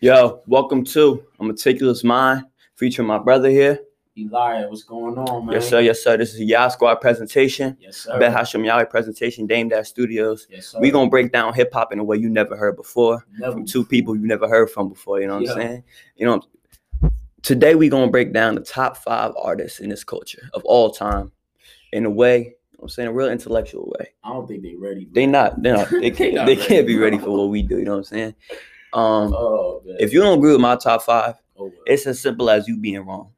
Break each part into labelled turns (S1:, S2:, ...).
S1: Yo, welcome to A Meticulous Mind, featuring my brother here.
S2: Elijah, what's going on, man?
S1: Yes, sir. Yes, sir. This is a Yah Squad presentation.
S2: Yes, sir.
S1: Bet Hashem Yahweh presentation, Dame Dash Studios.
S2: Yes, sir.
S1: We gonna break down hip hop in a way you never heard before,
S2: Never.
S1: from two people you never heard from before. You know what I'm
S2: Yeah.
S1: saying? You know. Today we gonna break down the top five artists in this culture of all time, in a way. you know what I'm saying a real intellectual way.
S2: I don't think they ready.
S1: They
S2: bro.
S1: not. They not. They
S2: They
S1: can't.
S2: not
S1: they
S2: ready,
S1: can't be
S2: bro.
S1: ready for what we do. You know what I'm saying? Um,
S2: Oh, man.
S1: if you don't agree with my top five,
S2: oh, well.
S1: it's as simple as you being wrong.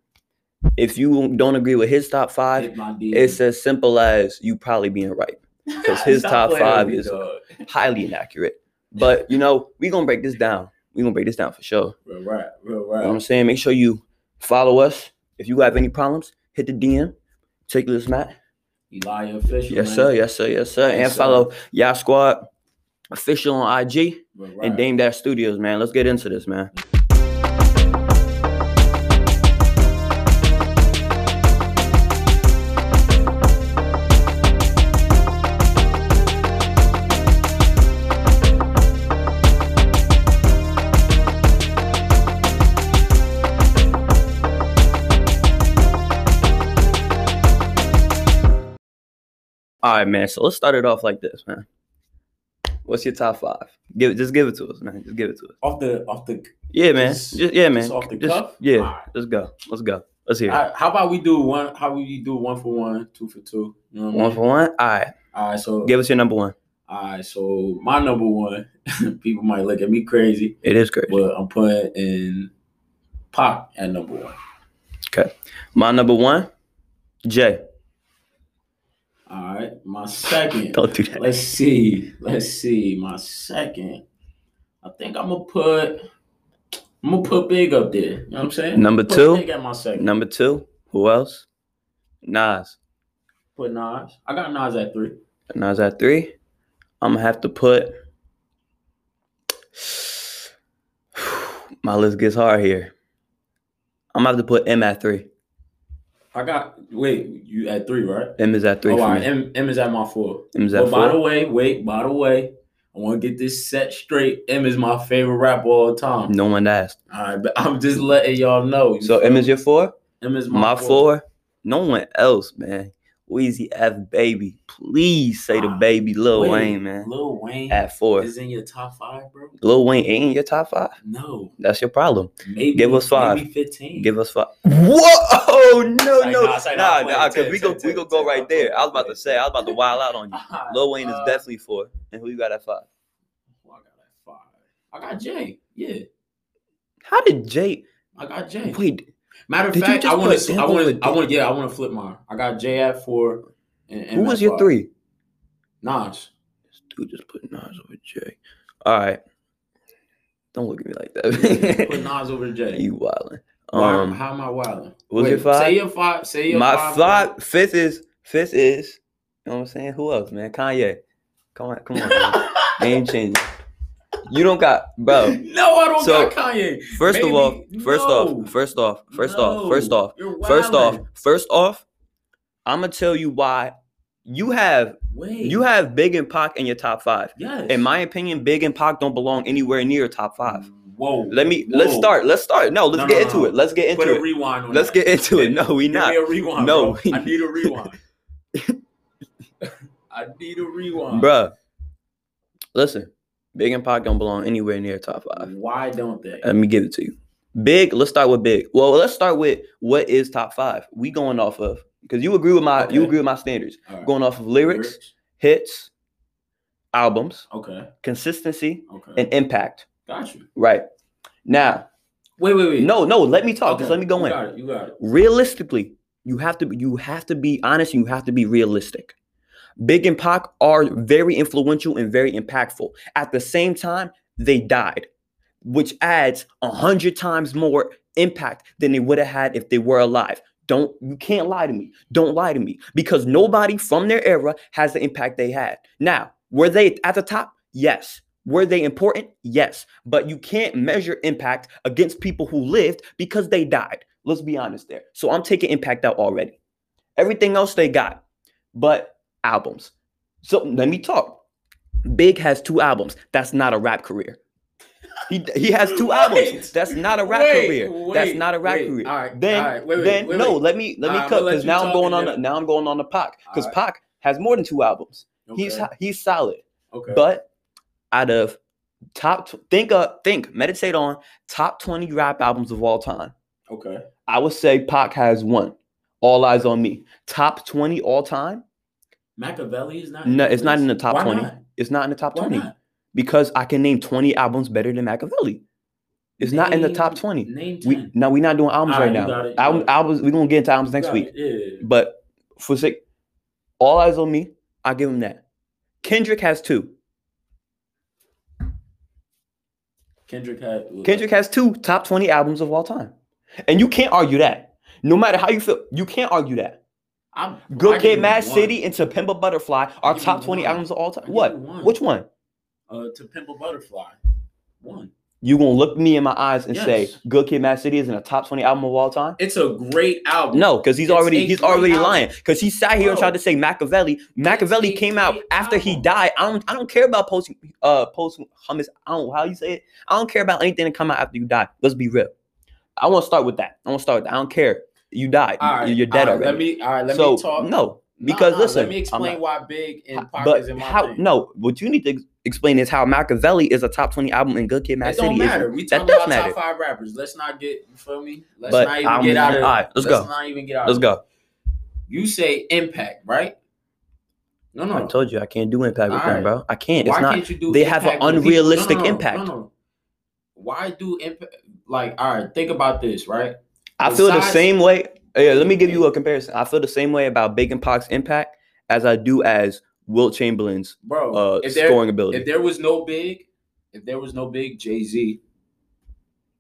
S1: If you don't agree with his top five,
S2: Hit my DM.
S1: it's as simple as you probably being right. 'cause his
S2: Stop
S1: top
S2: playing with
S1: five
S2: me,
S1: is-
S2: dog.
S1: Highly inaccurate. But you know, we gonna break this down. we gonna break this down for sure.
S2: real right, real
S1: You know what I'm
S2: right.
S1: saying? Make sure you follow us. If you have any problems, hit the DM. Take this Matt.
S2: Elijah official.
S1: Yes,
S2: man.
S1: sir, yes, sir, yes, sir.
S2: Yes,
S1: And
S2: sir.
S1: follow Yah Squad official on IG
S2: Real
S1: and
S2: right.
S1: Dame Dash Studios, man. Let's get into this, man. All right, man. So let's start it off like this, man. What's your top five? Give it, just give it to us, man. Just give it to us.
S2: Off the off the.
S1: Yeah, man.
S2: Just-
S1: Just- yeah, man.
S2: just off the
S1: Just-
S2: cuff?
S1: Yeah.
S2: Alright.
S1: Let's go. Let's go. Let's hear it.
S2: I- how about we do one? How we do one for one, two for two? You know what I
S1: One
S2: mean?
S1: for one. All right.
S2: All right, so
S1: Give us your number one.
S2: all right, so my number one. people might look at me crazy,
S1: It is crazy.
S2: but I'm putting in Pop at number one.
S1: My number one, Jay.
S2: All right, my second.
S1: Don't do that.
S2: Let's see. Let's see. My second. I think I'm gonna put. I'm gonna put big up there. You know what I'm saying?
S1: Number
S2: Put
S1: two?
S2: Big at my second.
S1: Number two. Who else? Nas.
S2: Put Nas. I got Nas at three.
S1: Nas at three. I'm gonna have to put. My list gets hard here. I'm gonna have to put M at three.
S2: I got. Wait, you at three, right?
S1: M is at three.
S2: Oh,
S1: for
S2: all
S1: me.
S2: right. M, M is at my four.
S1: M's
S2: But
S1: at
S2: by the
S1: four.
S2: way, wait. By the way, I want to get this set straight. M is my favorite rapper of all time.
S1: No one asked.
S2: All right, but I'm just letting y'all know. You
S1: So
S2: feel
S1: M
S2: me?
S1: is your four.
S2: M is
S1: My four. No one else, man. Wheezy F baby. Please say the
S2: Ah,
S1: baby Lil
S2: wait,
S1: Wayne, man.
S2: Lil Wayne
S1: At four.
S2: is in your top five, bro.
S1: Lil Wayne ain't in your top five.
S2: No.
S1: That's your problem.
S2: Maybe
S1: Give us five.
S2: Maybe fifteen.
S1: Give us five. Whoa! No,
S2: Say
S1: no,
S2: nah, say nah,
S1: nah,
S2: I'm playing.
S1: nah. Cause
S2: Ten,
S1: we go,
S2: ten,
S1: we
S2: ten,
S1: go go
S2: ten.
S1: right
S2: I'm
S1: there. I was about
S2: playing.
S1: to say, I was about to wild out on you.
S2: Alright,
S1: Lil Wayne is
S2: uh,
S1: definitely four. And who you got at five?
S2: who I got at five. I got Jay. Yeah,
S1: How did Jay?
S2: I got Jay.
S1: Wait,
S2: Matter of
S1: did you
S2: fact,
S1: just
S2: I want
S1: put
S2: to. I
S1: Devil
S2: want
S1: with
S2: to. I want. Yeah, I want to flip mine. I got Jay at four. And, and
S1: who was
S2: at
S1: your
S2: five.
S1: three?
S2: Nas.
S1: This dude just put Nas over Jay. All right. Don't look at me like that.
S2: Put Nas over Jay.
S1: You wildin'.
S2: Why-
S1: Um,
S2: how am I wilding?
S1: who's your
S2: Say
S1: five?
S2: your five. Say your
S1: my
S2: five.
S1: five, fifth is fifth is. You know what I'm saying? Who else, man? Kanye. Come on, come on. Man. Game changer. You don't got, bro.
S2: no, I don't
S1: Oh. So,
S2: got Kanye.
S1: First of all,
S2: Baby,
S1: first
S2: no.
S1: off, first off, first off, first
S2: No,
S1: off,
S2: you're
S1: first off,
S2: wildin'.
S1: first off. I'm gonna tell you why you have
S2: wait,
S1: you have Big and Pac in your top five.
S2: yes.
S1: In my opinion, Big and Pac don't belong anywhere near top five.
S2: Whoa.
S1: Let me
S2: whoa.
S1: let's start. Let's start. No, let's
S2: No,
S1: get
S2: no,
S1: into
S2: no.
S1: it. Let's get
S2: Put
S1: into
S2: a
S1: it.
S2: rewind. On
S1: Let's
S2: that.
S1: get into it. No, we
S2: Give
S1: not.
S2: me a rewind.
S1: No,
S2: bro.
S1: we-
S2: I need a rewind. I need a rewind.
S1: Bruh, listen, Big and Pac don't belong anywhere near top five.
S2: Why don't they?
S1: Let me give it to you. Big, let's start with big. Well, let's start with what is top five. We going off of because you agree with my you
S2: Okay.
S1: agree with my standards.
S2: All right.
S1: Going off of lyrics, hits, albums,
S2: Okay.
S1: consistency,
S2: Okay.
S1: and impact.
S2: got you.
S1: Right. Now,
S2: Wait, wait, wait.
S1: no, no, let me talk.
S2: Okay,
S1: Just let me go
S2: you
S1: in.
S2: Got it. You got it.
S1: realistically, you have to you have to be honest and you have to be realistic. Big and Pac are very influential and very impactful. At the same time, they died, which adds a hundred times more impact than they would have had if they were alive. Don't you can't lie to me. Don't lie to me because nobody from their era has the impact they had. Now, were they at the top? Yes. Were they important? Yes. But you can't measure impact against people who lived because they died. Let's be honest there. So I'm taking impact out already. Everything else they got, but albums. So let me talk. Big has two albums. That's not a rap career. He he has two albums.
S2: Wait.
S1: That's not a rap
S2: Wait,
S1: career. That's
S2: wait,
S1: not a rap
S2: wait.
S1: career.
S2: All right,
S1: Then
S2: all right, wait, wait,
S1: then
S2: wait,
S1: no,
S2: wait.
S1: let me let me
S2: All right,
S1: cut
S2: I'ma let
S1: because
S2: you
S1: now I'm
S2: talk
S1: going
S2: and
S1: on the,
S2: then-
S1: now I'm going on the Pac because
S2: All right.
S1: Pac has more than two albums. He's
S2: Okay,
S1: he's solid,
S2: okay.
S1: but out of top tw- think up think meditate on top twenty rap albums of all time.
S2: okay.
S1: I would say Pac has one. All Eyes on Me. Top 20 all time?
S2: Machiavelli is not.
S1: No, it's not in the top
S2: Why
S1: 20.
S2: Not?
S1: It's not in the top
S2: Why
S1: 20
S2: not?
S1: because I can name 20 albums better than Machiavelli. It's not in the top
S2: Name-
S1: 20.
S2: Name ten.
S1: We now we're not doing albums
S2: All
S1: right,
S2: right, you
S1: now.
S2: got it, you
S1: Album,
S2: got it.
S1: albums we're gonna get into albums next
S2: Got
S1: week.
S2: it, Yeah.
S1: But for sake, All Eyes on Me, I give him that. Kendrick has two.
S2: Kendrick had.
S1: Kendrick has two top 20 albums of all time. And you can't argue that. No matter how you feel, you can't argue that.
S2: I'm, I
S1: Good
S2: give
S1: Kid,
S2: you
S1: Mad
S2: one.
S1: City, and To Pimp a Butterfly
S2: I
S1: are
S2: give
S1: top
S2: you
S1: 20
S2: one.
S1: albums of all
S2: I
S1: time.
S2: give
S1: What?
S2: you one.
S1: Which one?
S2: Uh, to Pimp a Butterfly. One.
S1: You gonna look me in my eyes and say
S2: Yes.
S1: Good Kid, Mad City is in a top 20 album of all time?
S2: It's a great album.
S1: No, because he's
S2: It's
S1: already
S2: a
S1: he's
S2: great
S1: already
S2: album.
S1: lying. Because he sat here and tried
S2: Bro.
S1: to say Machiavelli. Machiavelli
S2: a
S1: came out
S2: great
S1: after he
S2: album.
S1: died. I don't I don't care about post uh post hummus. I don't how you say it. I don't care about anything that come out after you die. Let's be real. I want to start with that. I want to start with that. I don't care. You died.
S2: All right,
S1: You- You're dead
S2: all right,
S1: already.
S2: Let me. All right. Let
S1: so
S2: me talk.
S1: no,
S2: No,
S1: because
S2: no,
S1: listen,
S2: Let me
S1: I'm
S2: explain
S1: not-
S2: why Big and Pac
S1: but
S2: is in my
S1: how?
S2: thing.
S1: No, what you need to ex- explain is how Machiavelli is a top twenty album and Good Kid, Mad
S2: It
S1: City
S2: don't matter.
S1: is.
S2: We
S1: that
S2: talking
S1: does
S2: about
S1: matter.
S2: top five rappers. Let's not get you feel me. Let's
S1: But
S2: not even
S1: I'm-
S2: get out of.
S1: all right, let's
S2: let's
S1: go.
S2: not even get out.
S1: Let's
S2: of-
S1: go.
S2: You say impact, right? No, no.
S1: I told you I can't do impact with
S2: All
S1: them,
S2: right.
S1: bro. I can't.
S2: Why
S1: it's not.
S2: can't you do?
S1: they have an
S2: impact with people?
S1: unrealistic
S2: No, no, no,
S1: impact.
S2: No, no. Why do impact? Like, all right, think about this, right?
S1: I feel the
S2: Besides-
S1: same way. Yeah, let me give you a comparison. I feel the same way about Bacon Pock's impact as I do as Wilt Chamberlain's
S2: Bro,
S1: uh,
S2: if there
S1: scoring ability.
S2: if there was no big, if there was no big, Jay Z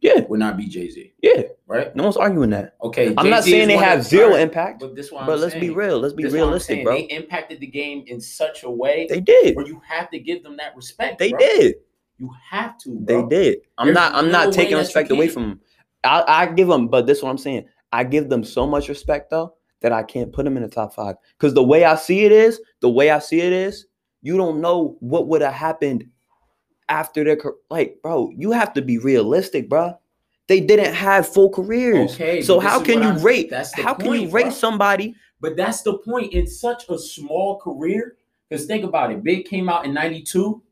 S1: yeah,
S2: would not be Jay Z,
S1: yeah.
S2: right?
S1: No one's arguing that.
S2: Okay,
S1: I'm not
S2: Jay-Z
S1: saying
S2: is
S1: they
S2: one of-
S1: have zero
S2: all right,
S1: impact,
S2: but this one,
S1: but let's be real. Let's be realistic, bro.
S2: They impacted the game in such a way
S1: They did.
S2: where you have to give them that respect.
S1: They
S2: bro.
S1: did.
S2: You have to.
S1: They
S2: Bro.
S1: did. I'm
S2: There's
S1: not. I'm
S2: no
S1: not
S2: way
S1: taking
S2: that you
S1: respect away
S2: can't.
S1: from them. I, I give them, but this is what I'm saying. I give them so much respect though that I can't put them in the top five because the way I see it is, the way I see it is, you don't know what would have happened after their car- like, bro. You have to be realistic, bro. They didn't have full careers.
S2: Okay,
S1: so
S2: but this
S1: how
S2: is
S1: can
S2: what
S1: you
S2: I'm-
S1: rate?
S2: that's the
S1: How can you
S2: point,
S1: rate
S2: bro.
S1: somebody?
S2: But that's the point. In such a small career, because think about it. Big came out in 92,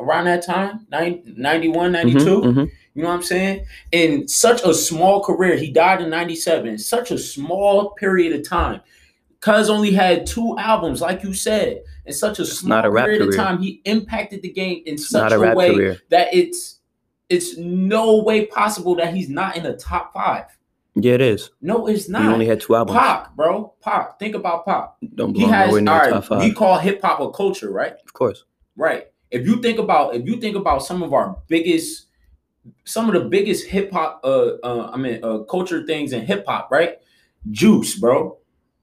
S2: around that time, 9, 91, 92.
S1: Mhm,
S2: You know what I'm saying? In such a small career, he died in 97, such a small period of time. Cuz only had two albums, like you said. In such a small
S1: not a rap
S2: period of
S1: career.
S2: time, he impacted the game in
S1: mhm. Not
S2: such
S1: a
S2: a,
S1: rap
S2: way
S1: career.
S2: that it's it's no way possible that he's not in the top five.
S1: Yeah, it is.
S2: No, it's
S1: He only
S2: not.
S1: had two albums.
S2: Pop, bro. Pop. Think about Pop.
S1: don't
S2: He
S1: belong
S2: has
S1: nowhere
S2: all
S1: near the
S2: right.
S1: top five.
S2: We call hip hop a culture, right?
S1: of course.
S2: Right. If you think about if you think about some of our biggest some of the biggest hip hop uh, uh I mean uh culture things in hip hop, right? Juice, bro.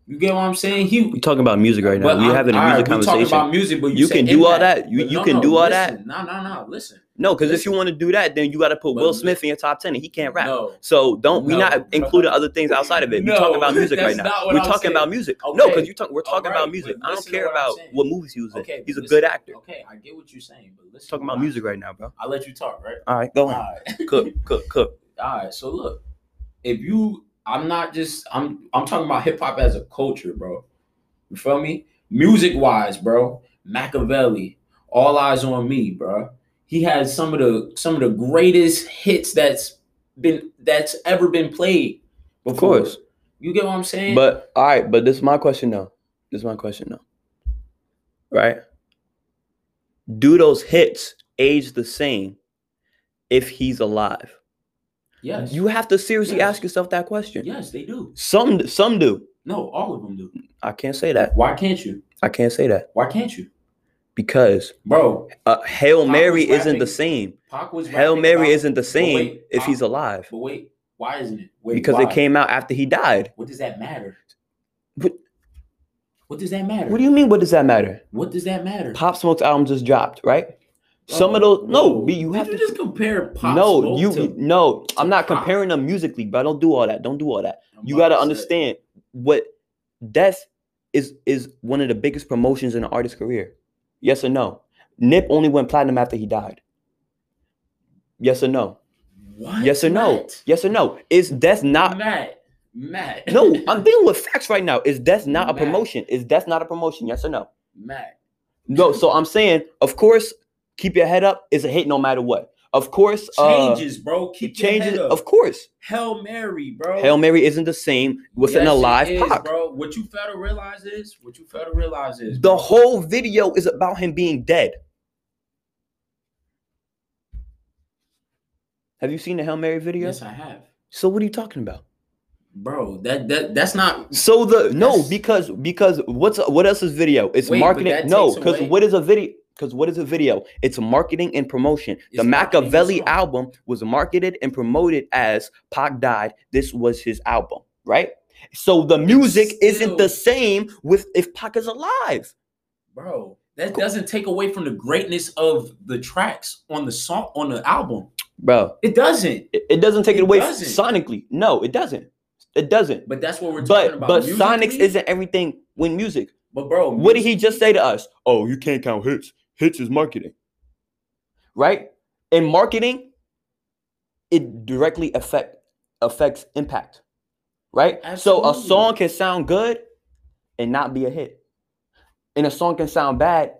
S2: You get what I'm saying?
S1: We're
S2: He
S1: talking about music right now.
S2: but
S1: We're
S2: I'm-
S1: having a
S2: all
S1: music
S2: right, we
S1: conversation.
S2: talking about music, but you,
S1: You
S2: said
S1: can do all
S2: impact.
S1: that. You-
S2: But
S1: you can do all that.
S2: listen. No, no, no. Listen.
S1: No, because if
S2: Listen.
S1: you want to do that, then you got to put
S2: But
S1: Will
S2: li-
S1: Smith in your top ten, and he can't rap.
S2: No.
S1: So don't we're
S2: No.
S1: not including other things outside of it. we're
S2: No,
S1: talking about music
S2: that's
S1: right now.
S2: not what
S1: We're
S2: I'm
S1: talking
S2: saying.
S1: about music. No, because
S2: Okay.
S1: you talk. We're
S2: All
S1: talking
S2: right,
S1: about music.
S2: but
S1: I don't
S2: listen to
S1: care
S2: what I'm
S1: about
S2: saying.
S1: what movies he was in.
S2: Okay.
S1: He's a
S2: listen.
S1: good actor. We're
S2: Okay, I get what you're saying, but listen.
S1: talking about
S2: to what I-
S1: music right now, bro.
S2: I'll let you talk, right?
S1: All right, go
S2: All
S1: on.
S2: right.
S1: cook, cook, cook.
S2: All right, so look, if you, I'm not just, I'm, I'm talking about hip hop as a culture, bro. You feel me? Music wise, bro. Machiavelli, All Eyes on Me, bro. He has some of the, some of the greatest hits that's been, that's ever been played.
S1: Of course.
S2: You get what I'm saying?
S1: But all right, but this is my question though. This is my question though. Right? Do those hits age the same if he's alive?
S2: yes,
S1: You have to seriously
S2: Yes.
S1: ask yourself that question.
S2: yes, they do.
S1: Some some do.
S2: No, all of them do.
S1: I can't say that.
S2: Why can't you?
S1: I can't say that
S2: Why can't you,
S1: because
S2: bro?
S1: uh, Hail
S2: Pac
S1: Mary
S2: was
S1: isn't the
S2: rapping-
S1: same.
S2: Pac was
S1: Hail
S2: rapping
S1: Mary
S2: about-
S1: isn't the
S2: but
S1: same
S2: wait,
S1: if
S2: Pac-
S1: he's alive
S2: But wait, why isn't it? Wait,
S1: because
S2: why?
S1: it came out after he died.
S2: What does that matter?
S1: But-
S2: what does that matter?
S1: What do you mean? What does that matter?
S2: what does that matter?
S1: Pop Smoke's album just dropped, right? Some of those no, B, you
S2: Oh, Did
S1: have to
S2: just compare pop.
S1: no,
S2: Smoke
S1: you
S2: to-
S1: no. I'm not
S2: Pop.
S1: comparing them musically, but don't do all that. Don't do all that.
S2: I'm
S1: You
S2: about
S1: got to
S2: say,
S1: understand what death is is one of the biggest promotions in an artist's career. Yes or no? Nip only went platinum after he died. Yes or no?
S2: What?
S1: Yes or no?
S2: Matt?
S1: Yes or no? Is death not?
S2: Matt. Matt.
S1: No, I'm dealing with facts right now. Is death not a
S2: Matt.
S1: promotion? Is death not a promotion? Yes or no?
S2: Matt.
S1: No. So I'm saying, of course, keep your head up. It's a hit no matter what. Of course, uh,
S2: Changes, bro. Keep changes.
S1: changes. Of course,
S2: Hail Mary, bro.
S1: Hail Mary isn't the same with
S2: Yes,
S1: an
S2: it
S1: alive
S2: is,
S1: Pac.
S2: bro. What you fail to realize is, what you fail to realize is,
S1: The whole video is about him being dead. Have you seen the Hail Mary video?
S2: yes, I have,
S1: So what are you talking about?
S2: bro. That that that's not.
S1: So the no
S2: That's-
S1: because because what's what else is video? It's
S2: Wait, but that
S1: marketing. No,
S2: takes
S1: because
S2: away-
S1: what is a video? Because what is a video? It's marketing and promotion. the
S2: It's marketing and
S1: Machiavelli
S2: song.
S1: album was marketed and promoted as Pac died. This was his album, right? So the music isn't the same with if Pac is alive.
S2: Bro, that doesn't take away from the greatness of the tracks on the song on the album.
S1: Bro,
S2: It doesn't.
S1: it, it doesn't take it,
S2: It
S1: away
S2: doesn't.
S1: sonically. No, it doesn't. It doesn't.
S2: But that's what we're talking
S1: But
S2: about.
S1: but
S2: Musically,
S1: Sonics isn't everything when music.
S2: But bro,
S1: What did he just say to us? Oh, you can't count hits. Hits is marketing. Right? In marketing, it directly affect affects impact. Right? So a
S2: Absolutely.
S1: song can sound good and not be a hit. And a song can sound bad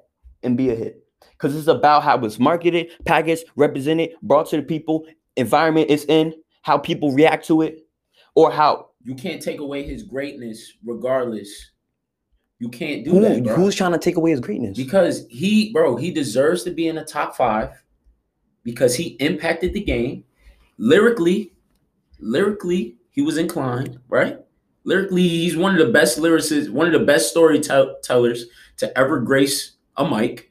S1: and be a hit. Because it's about how it's marketed, packaged, represented, brought to the people, environment it's in, how people react to it, or how
S2: You can't take away his greatness, regardless. You can't do
S1: who,
S2: that, bro.
S1: who's trying to take away his greatness.
S2: because he, bro, he deserves to be in the top five because he impacted the game lyrically. Lyrically, he was inclined, right? Lyrically, he's one of the best lyricists, one of the best storytellers to ever grace a mic.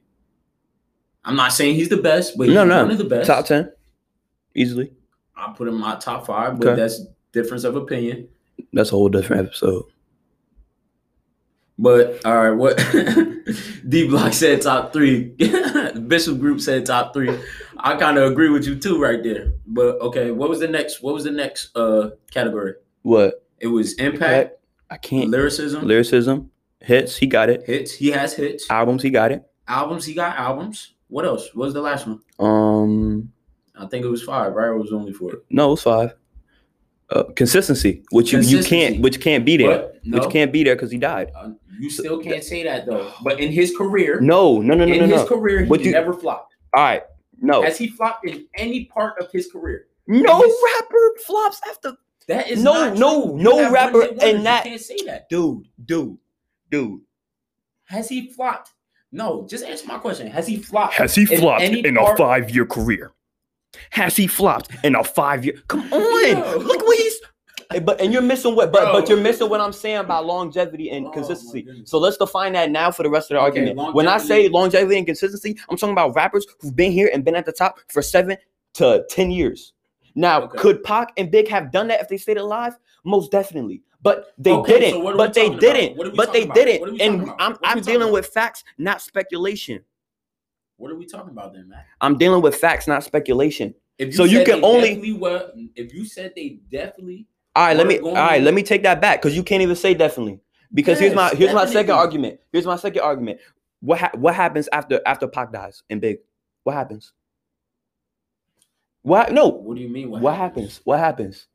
S2: I'm not saying he's the best, but he's
S1: No, no.
S2: one of the best.
S1: Top ten. Easily.
S2: I put him in my top five, but
S1: Okay.
S2: that's difference of opinion.
S1: That's a whole different episode.
S2: But all right, what D Block said top three, Bishop Group said top three. I kind of agree with you too, right there. But okay, what was the next? What was the next uh category?
S1: What?
S2: It was impact,
S1: I can't.
S2: lyricism,
S1: Lyricism, hits. He got it.
S2: hits. He has hits.
S1: Albums. He got it.
S2: Albums. He got albums. What else? What was the last one?
S1: Um,
S2: I think it was five, right? Or it was only four.
S1: no, it's five. Uh, consistency, which you, you
S2: Consistency.
S1: can't, which can't be there,
S2: But no,
S1: which can't be there because he died.
S2: uh, you still can't say that though. But in his career,
S1: No, no, no, no,
S2: in
S1: no,
S2: his
S1: no.
S2: career, he
S1: But you-
S2: never flopped.
S1: All right, no,
S2: Has he flopped in any part of his career?
S1: no
S2: his-
S1: rapper flops after.
S2: That is
S1: No,
S2: not
S1: no,
S2: true. You
S1: no
S2: have
S1: rapper
S2: one-hit wonders.
S1: in that-
S2: You can't say that.
S1: Dude, dude, dude.
S2: Has he flopped? No, just answer my question. Has he flopped?
S1: Has he
S2: In flopped any in a part-
S1: five-year career? Has he flopped in a five-year? Come on,
S2: No.
S1: look what he's. But and you're missing what, but but
S2: Bro.
S1: you're missing what I'm saying about longevity and
S2: Oh, my
S1: consistency.
S2: goodness.
S1: So let's define that now for the rest of the
S2: Okay,
S1: argument. When I say
S2: longevity-
S1: longevity and consistency, I'm talking about rappers who've been here and been at the top for seven to ten years. Now,
S2: Okay.
S1: could Pac and Big have done that if they stayed alive? Most definitely. But they
S2: Okay, so
S1: didn't.
S2: what are we
S1: but they
S2: talking about? What are
S1: didn't.
S2: we
S1: But they
S2: talking about? What are
S1: didn't.
S2: we
S1: And
S2: talking about?
S1: I'm
S2: What are we
S1: I'm
S2: talking
S1: dealing
S2: about?
S1: with facts, not speculation.
S2: What are we talking about then, Matt?
S1: I'm dealing with facts, not speculation.
S2: If
S1: So you
S2: said
S1: can
S2: they
S1: only-
S2: definitely were, if you said they definitely
S1: All right, let me
S2: We're
S1: all
S2: going-
S1: right, let me take that back because you can't even say definitely. Because here's my
S2: Yes,
S1: here's my second
S2: definitely.
S1: argument. Here's my second argument. What ha- what happens after after Pac dies and Big? What happens? What no?
S2: What do you mean?
S1: What happens? What happens?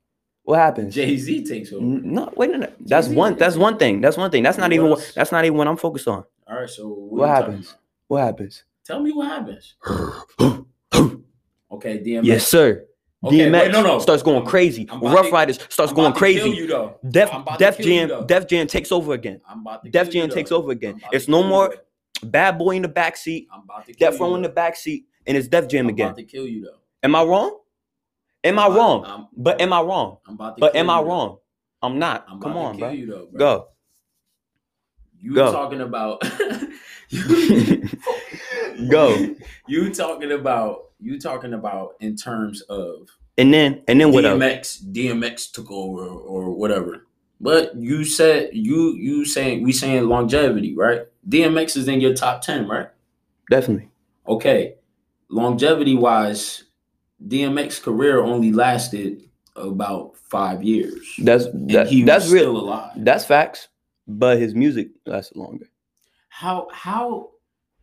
S1: What happens?
S2: Jay Z takes over.
S1: N- No, wait a minute. That's
S2: Jay-Z
S1: one.
S2: is-
S1: That's one thing. That's one thing. That's not
S2: Who
S1: even. What,
S2: else?
S1: that's not even what I'm focused on.
S2: All right, so what,
S1: What
S2: are we talking
S1: happens?
S2: about?
S1: What happens?
S2: Tell me what happens. Okay, DMX.
S1: yes, sir.
S2: Okay,
S1: DMX
S2: wait, no, no.
S1: starts going crazy.
S2: I'm about
S1: Rough
S2: to-
S1: Riders starts
S2: I'm
S1: going
S2: about to kill
S1: crazy.
S2: You though.
S1: Def
S2: I'm about to
S1: Def
S2: kill you,
S1: Jam
S2: though.
S1: Def Jam takes over again.
S2: I'm about to
S1: Def
S2: kill you,
S1: Jam
S2: though.
S1: takes over
S2: I'm
S1: again.
S2: about to
S1: It's no
S2: kill you,
S1: more
S2: though.
S1: Bad Boy in the backseat,
S2: I'm about to kill
S1: Death Row
S2: you,
S1: in the
S2: though.
S1: backseat, and it's Def Jam
S2: I'm about
S1: again.
S2: to kill you though.
S1: Am I wrong? Am I
S2: I'm about-
S1: wrong?
S2: I'm-
S1: But am I wrong?
S2: I'm about to
S1: But
S2: kill
S1: am I
S2: you, though.
S1: wrong? I'm not.
S2: I'm
S1: Come
S2: about
S1: on,
S2: to kill
S1: bro.
S2: you though, bro.
S1: Go.
S2: You
S1: Go.
S2: talking about
S1: Go.
S2: You talking about you talking about in terms of
S1: And then and then what else?
S2: DMX DMX took over or whatever. But you said you you saying we saying longevity, right? DMX is in your top ten, right?
S1: Definitely.
S2: Okay. Longevity wise, DMX career only lasted about five years.
S1: That's
S2: And
S1: that,
S2: he
S1: that's
S2: was
S1: real.
S2: still alive.
S1: That's facts. But his music lasts longer.
S2: How how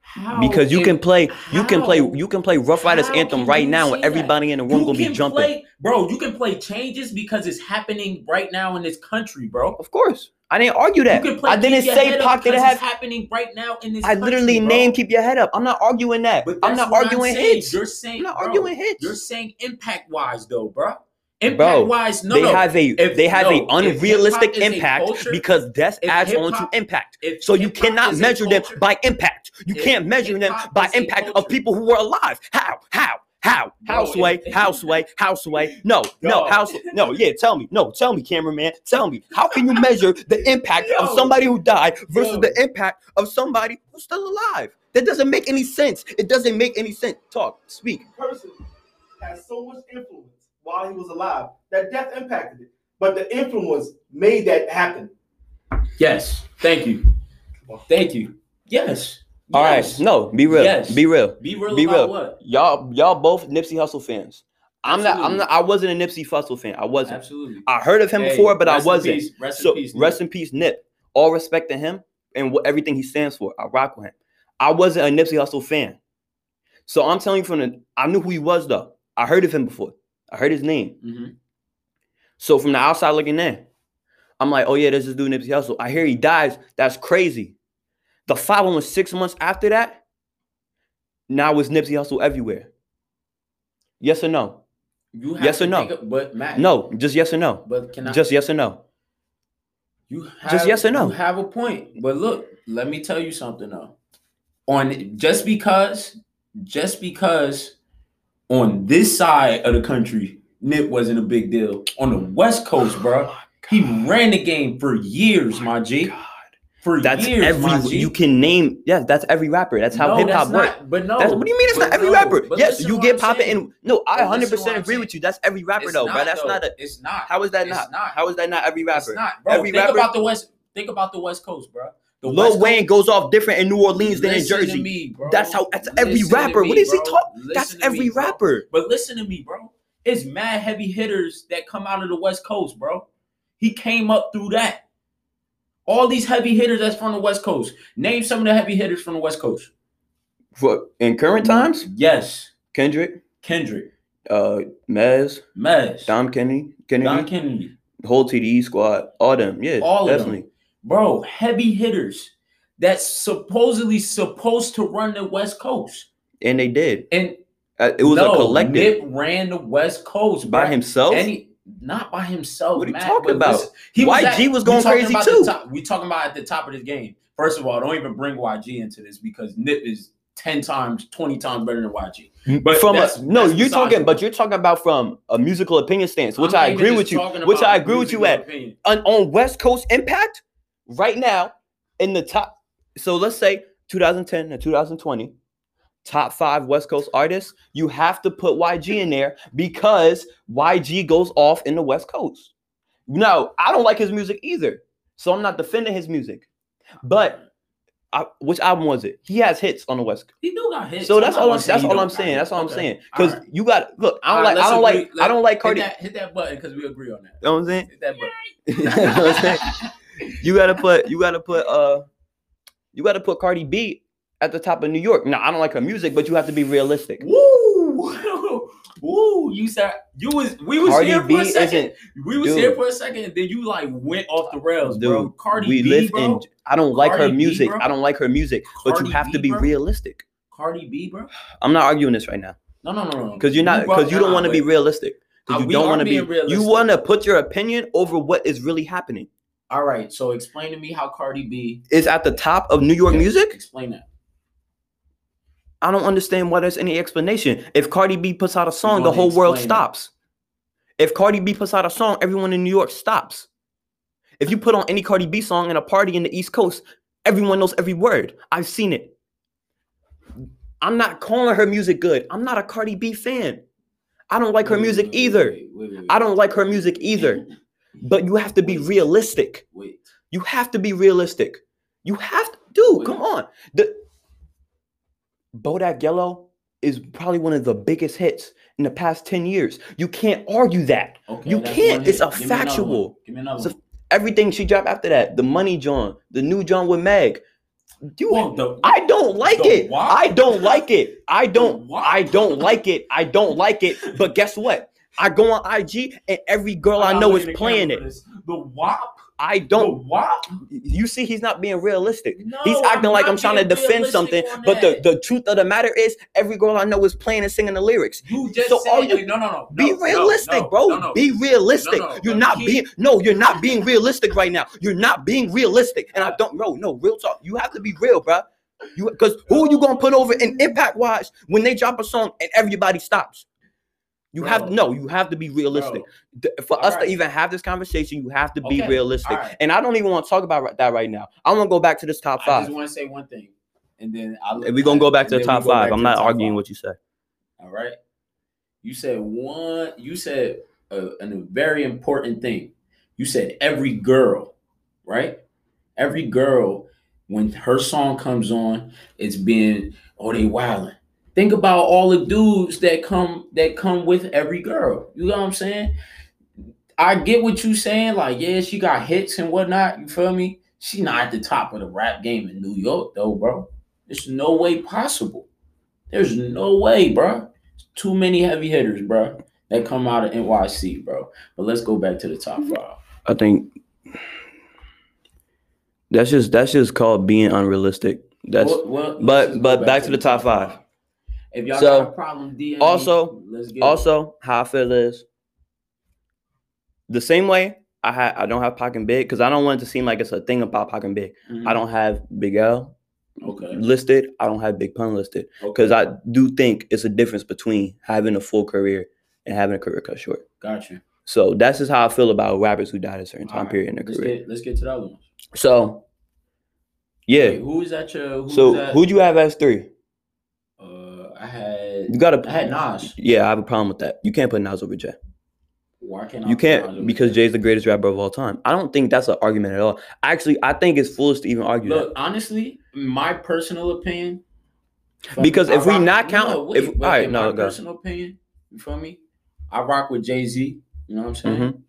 S2: How
S1: because you can play you can play
S2: how-
S1: you can play Rough Riders
S2: how
S1: anthem
S2: can
S1: right
S2: you
S1: now
S2: say
S1: and
S2: that?
S1: everybody in the room gonna be
S2: can
S1: jumping.
S2: play- bro. You can play changes because it's happening right now in this country, bro.
S1: Of course, I didn't argue that.
S2: You can play
S1: I didn't
S2: Keep Your Head
S1: say
S2: Up
S1: Pac didn't
S2: because
S1: have.
S2: It's happening right now in this.
S1: I literally
S2: country, bro.
S1: named "Keep Your Head Up." I'm not arguing that.
S2: But
S1: I'm
S2: that's
S1: not
S2: what
S1: arguing
S2: saying.
S1: hits.
S2: You're saying
S1: I'm not
S2: bro,
S1: arguing hits.
S2: You're saying impact wise though, bro. Impact wise, no,
S1: they
S2: no.
S1: have a
S2: If-
S1: they have
S2: no,
S1: a
S2: if hip-hop
S1: unrealistic
S2: is a
S1: impact
S2: culture-
S1: because death
S2: if
S1: adds on to
S2: hip-hop-
S1: impact.
S2: If
S1: So you
S2: hip-hop
S1: cannot
S2: is a
S1: measure them
S2: culture-
S1: by impact. You
S2: If
S1: can't measure them
S2: hip-hop
S1: by
S2: is a
S1: impact of
S2: culture-
S1: people who were alive. How? How? How? How
S2: Bro,
S1: sway?
S2: if-
S1: How sway? How sway? No, no,
S2: Dog.
S1: how sway? No, yeah, tell me. No, tell me, cameraman. Tell me. How can you measure the impact of
S2: Yo.
S1: somebody who died versus
S2: Yo.
S1: the impact of somebody who's still alive? That doesn't make any sense. It doesn't make any sense. Talk, speak.
S3: person had so much influence while he was alive that death impacted it. But the influence made that happen.
S2: Yes. Thank you. Thank you. Yes.
S1: All right.
S2: Yes.
S1: No, be real.
S2: Yes.
S1: Be real.
S2: Be real
S1: Be
S2: about
S1: real.
S2: what?
S1: y'all y'all both Nipsey Hussle fans. I'm not. I'm
S2: Absolutely.
S1: not. I wasn't a Nipsey Hussle fan. I wasn't.
S2: Absolutely.
S1: I heard of him
S2: Hey,
S1: before, but I
S2: rest in
S1: wasn't.
S2: peace, Rest
S1: so
S2: in peace.
S1: rest in peace, Nip. All respect to him and what everything he stands for. I rock with him. I wasn't a Nipsey Hussle fan, so I'm telling you from the. I knew who he was though. I heard of him before. I heard his name.
S2: Mhm.
S1: So from the outside looking in, I'm like, oh yeah, there's this dude Nipsey Hussle. I hear he dies. That's crazy. The following six months after that, now it's Nipsey Hussle everywhere. Yes or no?
S2: You have
S1: Yes
S2: to
S1: or no?
S2: think of- but Matt.
S1: No, just yes or no.
S2: But can I?
S1: Just yes or no.
S2: You have,
S1: yes or no.
S2: You have a point, but look, let me tell you something though. On just because, just because, on this side of the country, Nip wasn't a big deal. On the West
S1: Oh
S2: Coast, bro, he ran the game for years, my G. For
S1: Oh That's
S2: years, my
S1: every
S2: G.
S1: you can name. Yeah, that's every rapper. That's how
S2: No,
S1: hip hop
S2: that's
S1: works.
S2: not- But no,
S1: That's, what do you mean? It's
S2: but
S1: not every
S2: no,
S1: rapper.
S2: but
S1: Yes,
S2: listen
S1: you
S2: what
S1: get
S2: I'm
S1: popping
S2: saying.
S1: in. No, I
S2: But listen
S1: 100
S2: what
S1: percent
S2: I'm
S1: agree
S2: saying.
S1: with you. That's every rapper
S2: It's
S1: though,
S2: not,
S1: bro. That's not a.
S2: It's not.
S1: How is that
S2: It's
S1: not?
S2: not.
S1: How is that not every
S2: It's
S1: rapper?
S2: not, bro.
S1: Every
S2: think
S1: rapper-
S2: about the West. Think about the West Coast, bro. The
S1: Lil
S2: West
S1: Wayne goes off different in New Orleans than in
S2: Listen to
S1: Jersey.
S2: me, bro.
S1: That's how. That's every
S2: Listen to
S1: rapper.
S2: me,
S1: what is he
S2: bro.
S1: talking? That's
S2: Listen to
S1: every
S2: me, bro.
S1: rapper.
S2: But listen to me, bro. It's mad heavy hitters that come out of the West Coast, bro. He came up through that. All these heavy hitters that's from the West Coast. Name some of the heavy hitters from the West Coast.
S1: For in current times,
S2: Yes.
S1: Kendrick,
S2: Kendrick,
S1: uh, Mez,
S2: Mez, Don,
S1: Dom Kennedy, Kennedy,
S2: Kennedy.
S1: whole TDE squad, all them. Yeah,
S2: All of them.
S1: definitely.
S2: Bro, heavy hitters that's supposedly supposed to run the West Coast.
S1: And they did.
S2: And
S1: Uh, it was
S2: no,
S1: a collective
S2: Nip ran the West Coast
S1: by
S2: bro.
S1: himself.
S2: And he, not by himself.
S1: What are you
S2: Matt,
S1: talking
S2: but
S1: about?
S2: listen, he
S1: YG was
S2: we
S1: going
S2: talking
S1: crazy
S2: about the
S1: too.
S2: top- we talking about at the top of this game. First of all, don't even bring YG into this because Nip is ten times, twenty times better than YG.
S1: but
S2: but
S1: from a,
S2: that's-
S1: no,
S2: that's
S1: you're
S2: besides
S1: talking,
S2: the
S1: but you're talking about from a musical opinion stance, which
S2: I'm
S1: I
S2: not even
S1: agree
S2: just
S1: with you.
S2: talking
S1: Which
S2: about
S1: I agree with you
S2: musical
S1: at.
S2: opinion.
S1: On, on West Coast Impact right now in the top. So let's say 2010 and 2020, top five West Coast artists. You have to put YG in there because YG goes off in the West Coast. No, I don't like his music either, so I'm not defending his music. But I, which album was it? He has hits on the West Coast.
S2: He do got hits.
S1: So that's
S2: not
S1: all.
S2: gonna
S1: I'm,
S2: say
S1: that's
S2: he
S1: all
S2: don't
S1: I'm
S2: got
S1: saying.
S2: hits.
S1: That's all I'm
S2: Okay.
S1: saying.
S2: All
S1: Because
S2: right.
S1: you got look. I
S2: All
S1: don't
S2: right,
S1: like. I
S2: let's
S1: don't like.
S2: agree.
S1: I don't like Cardi.
S2: hit that, hit that button because we agree on that.
S1: You know what I'm saying?
S2: Hit that button.
S1: You know what I'm saying? You gotta put. You gotta put. Uh, you gotta put Cardi B at the top of New York. Now I don't like her music, but you have to be realistic.
S2: Woo! Woo! You said you was we was
S1: Cardi
S2: here for
S1: B
S2: a second.
S1: isn't.
S2: We was here
S1: Dude.
S2: for a second, and then you like went off the rails,
S1: Dude,
S2: bro. Cardi
S1: we
S2: B,
S1: live
S2: bro.
S1: in. I don't like her
S2: Cardi B,
S1: music.
S2: bro.
S1: I don't like her music. but you
S2: Cardi
S1: have to
S2: B,
S1: be
S2: bro.
S1: realistic.
S2: Cardi B, bro.
S1: I'm not arguing this right now
S2: No, no, no, no.
S1: because you're not.
S2: brought-
S1: Because you don't
S2: nah,
S1: want to be
S2: but-
S1: realistic.
S2: Uh,
S1: Because you
S2: we
S1: don't
S2: are
S1: want to be.
S2: being
S1: You
S2: realistic.
S1: want to put your opinion over what is really happening.
S2: All right, so explain to me how Cardi B.
S1: Is at the top of New York
S2: Yeah,
S1: music.
S2: Explain that.
S1: I don't understand why there's any explanation. If Cardi B puts out a song, the
S2: wanna
S1: whole world
S2: explain it.
S1: stops. If Cardi B puts out a song, everyone in New York stops. If you put on any Cardi B song in a party in the East Coast, everyone knows every word. I've seen it. I'm not calling her music good. I'm not a Cardi B fan. I don't like her
S2: Wait,
S1: music
S2: wait, wait,
S1: either.
S2: wait, wait, wait, wait.
S1: I don't like her music either. But you have to be realistic.
S2: Wait,
S1: You have to be realistic. You have to, dude. Come on. The Bodak Yellow is probably one of the biggest hits in the past ten years. You can't argue that.
S2: okay.
S1: You
S2: that's
S1: can't.
S2: one
S1: It's
S2: hit.
S1: a
S2: Give me another one.
S1: factual.
S2: Give me another
S1: It's a-
S2: one.
S1: Everything she dropped after that, the Money John, the new John with Meg, You,
S2: Well, the-
S1: I don't like
S2: the
S1: it.
S2: what?
S1: I don't like it. I don't.
S2: what?
S1: I don't like it. I don't like it. But guess what? I go on IG and every girl I
S2: I'm
S1: know
S2: not
S1: is
S2: looking at
S1: playing
S2: camera for
S1: it.
S2: this. The WAP.
S1: I
S2: The
S1: don't.
S2: WAP.
S1: You see, he's not being realistic.
S2: No,
S1: He's acting like I'm trying to defend something, but the,
S2: the
S1: the truth of the matter is, every girl I know is playing and singing the lyrics.
S2: you just
S1: so
S2: said,
S1: all you-
S2: no, no, no,
S1: Be
S2: no, no,
S1: realistic,
S2: no,
S1: bro.
S2: no, no.
S1: Be realistic.
S2: No, no,
S1: you're
S2: no,
S1: not
S2: he-
S1: being no, you're not being realistic right now. You're not being realistic. And I don't know. No, real talk. You have to be real, bro. You because who are you gonna put over in impact wise when they drop a song and everybody stops? You have
S2: Bro.
S1: no, you have to be realistic. Th- For us
S2: Alright.
S1: to even have this conversation, you have to be
S2: Okay,
S1: realistic.
S2: alright.
S1: And I don't even want to talk about ri- that right now. I want to go back to this top
S2: I
S1: five.
S2: just want to say one thing, and then I
S1: And we're gonna go back to
S2: and
S1: the
S2: then we
S1: top
S2: go back
S1: five.
S2: to
S1: I'm
S2: the
S1: not
S2: top
S1: arguing
S2: five.
S1: what you said.
S2: All right. You said one. You said a, a very important thing. You said every girl, right? Every girl, when her song comes on, it's being oh they wildin'. Think about all the dudes that come that come with every girl. You know what I'm saying? I get what you saying. Like yeah, she got hits and whatnot. You feel me? She not at the top of the rap game in New York though, bro. There's no way possible. There's no way, bro too many heavy hitters, bro, that come out of NYC, bro. But let's go back to the top five.
S1: I think that's just that's just called being unrealistic. That's
S2: Well- well, let's
S1: but-
S2: just go
S1: but back to the top five.
S2: If y'all
S1: So,
S2: got a problem, DM
S1: also-
S2: me. let's get it.
S1: also how I feel is the same way I had I don't have Pac and Big because I don't want it to seem like it's a thing about Pac and Big.
S2: Mhm.
S1: I don't have Big L
S2: Okay.
S1: listed. I don't have Big Pun listed
S2: Okay.
S1: because I do think it's a difference between having a full career and having a career cut short.
S2: got you.
S1: So that's just how I feel about rappers who died at a certain time
S2: Alright,
S1: period in their
S2: Let's
S1: career.
S2: get let's get to the other one.
S1: So yeah.
S2: Wait, who is that? Your who
S1: so
S2: is that?
S1: who'd you have as three?
S2: Uh, I had
S1: You gotta
S2: I had Nas.
S1: Yeah, I have a problem with that. You can't put Nas over Jay.
S2: Why can't I
S1: You
S2: put Nas over
S1: can't because
S2: Jay?
S1: Jay's the greatest rapper of all time. I don't think that's an argument at all. Actually, I think it's foolish to even argue
S2: Look, honestly, my personal opinion.
S1: Because if we
S2: rock-
S1: not count-
S2: no, wait,
S1: if-
S2: but
S1: alright,
S2: in
S1: no,
S2: my
S1: go.
S2: personal opinion, you feel me? I rock with Jay Z. You know what I'm
S1: that.
S2: saying?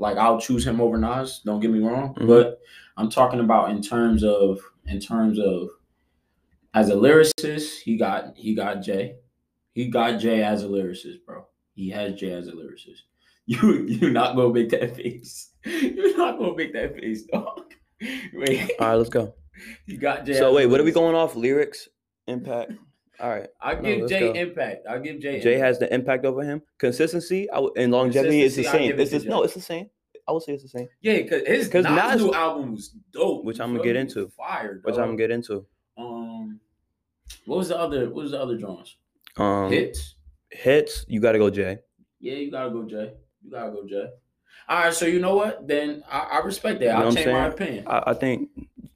S2: like I'll choose him over Nas. Don't get me wrong,
S1: Mhm.
S2: but I'm talking about in terms of in terms of as a lyricist, he got he got Jay, he got Jay as a lyricist, bro. He has Jay as a lyricist. You you're not gonna make that face. You're not gonna make that face, dog. Wait,
S1: All right, let's go.
S2: you got Jay. as
S1: so
S2: a
S1: wait, what are we
S2: lyricist.
S1: going off lyrics impact? All right,
S2: I
S1: No,
S2: give
S1: let's
S2: Jay
S1: go.
S2: impact. I give Jay.
S1: Jay
S2: impact.
S1: has the impact over him. Consistency I w- and longevity is the
S2: Consistency, I
S1: same.
S2: give it
S1: It's
S2: to
S1: just, no,
S2: Jay.
S1: it's the same. I would say it's the same,
S2: yeah, cause his
S1: 'Cause
S2: Nas,
S1: Nas-
S2: new album was dope,
S1: which
S2: you
S1: I'ma
S2: feel
S1: get
S2: me?
S1: into.
S2: Fire,
S1: which
S2: dog.
S1: I'm getting into.
S2: Um, what was the other? What was the other drawings?
S1: Um,
S2: Hits.
S1: hits, you got to go Jay.
S2: Yeah, you gotta go, Jay. You gotta go, Jay. All right, so you know what? Then I, I respect that.
S1: know
S2: I'll
S1: what I'm
S2: change my opinion.
S1: I, I think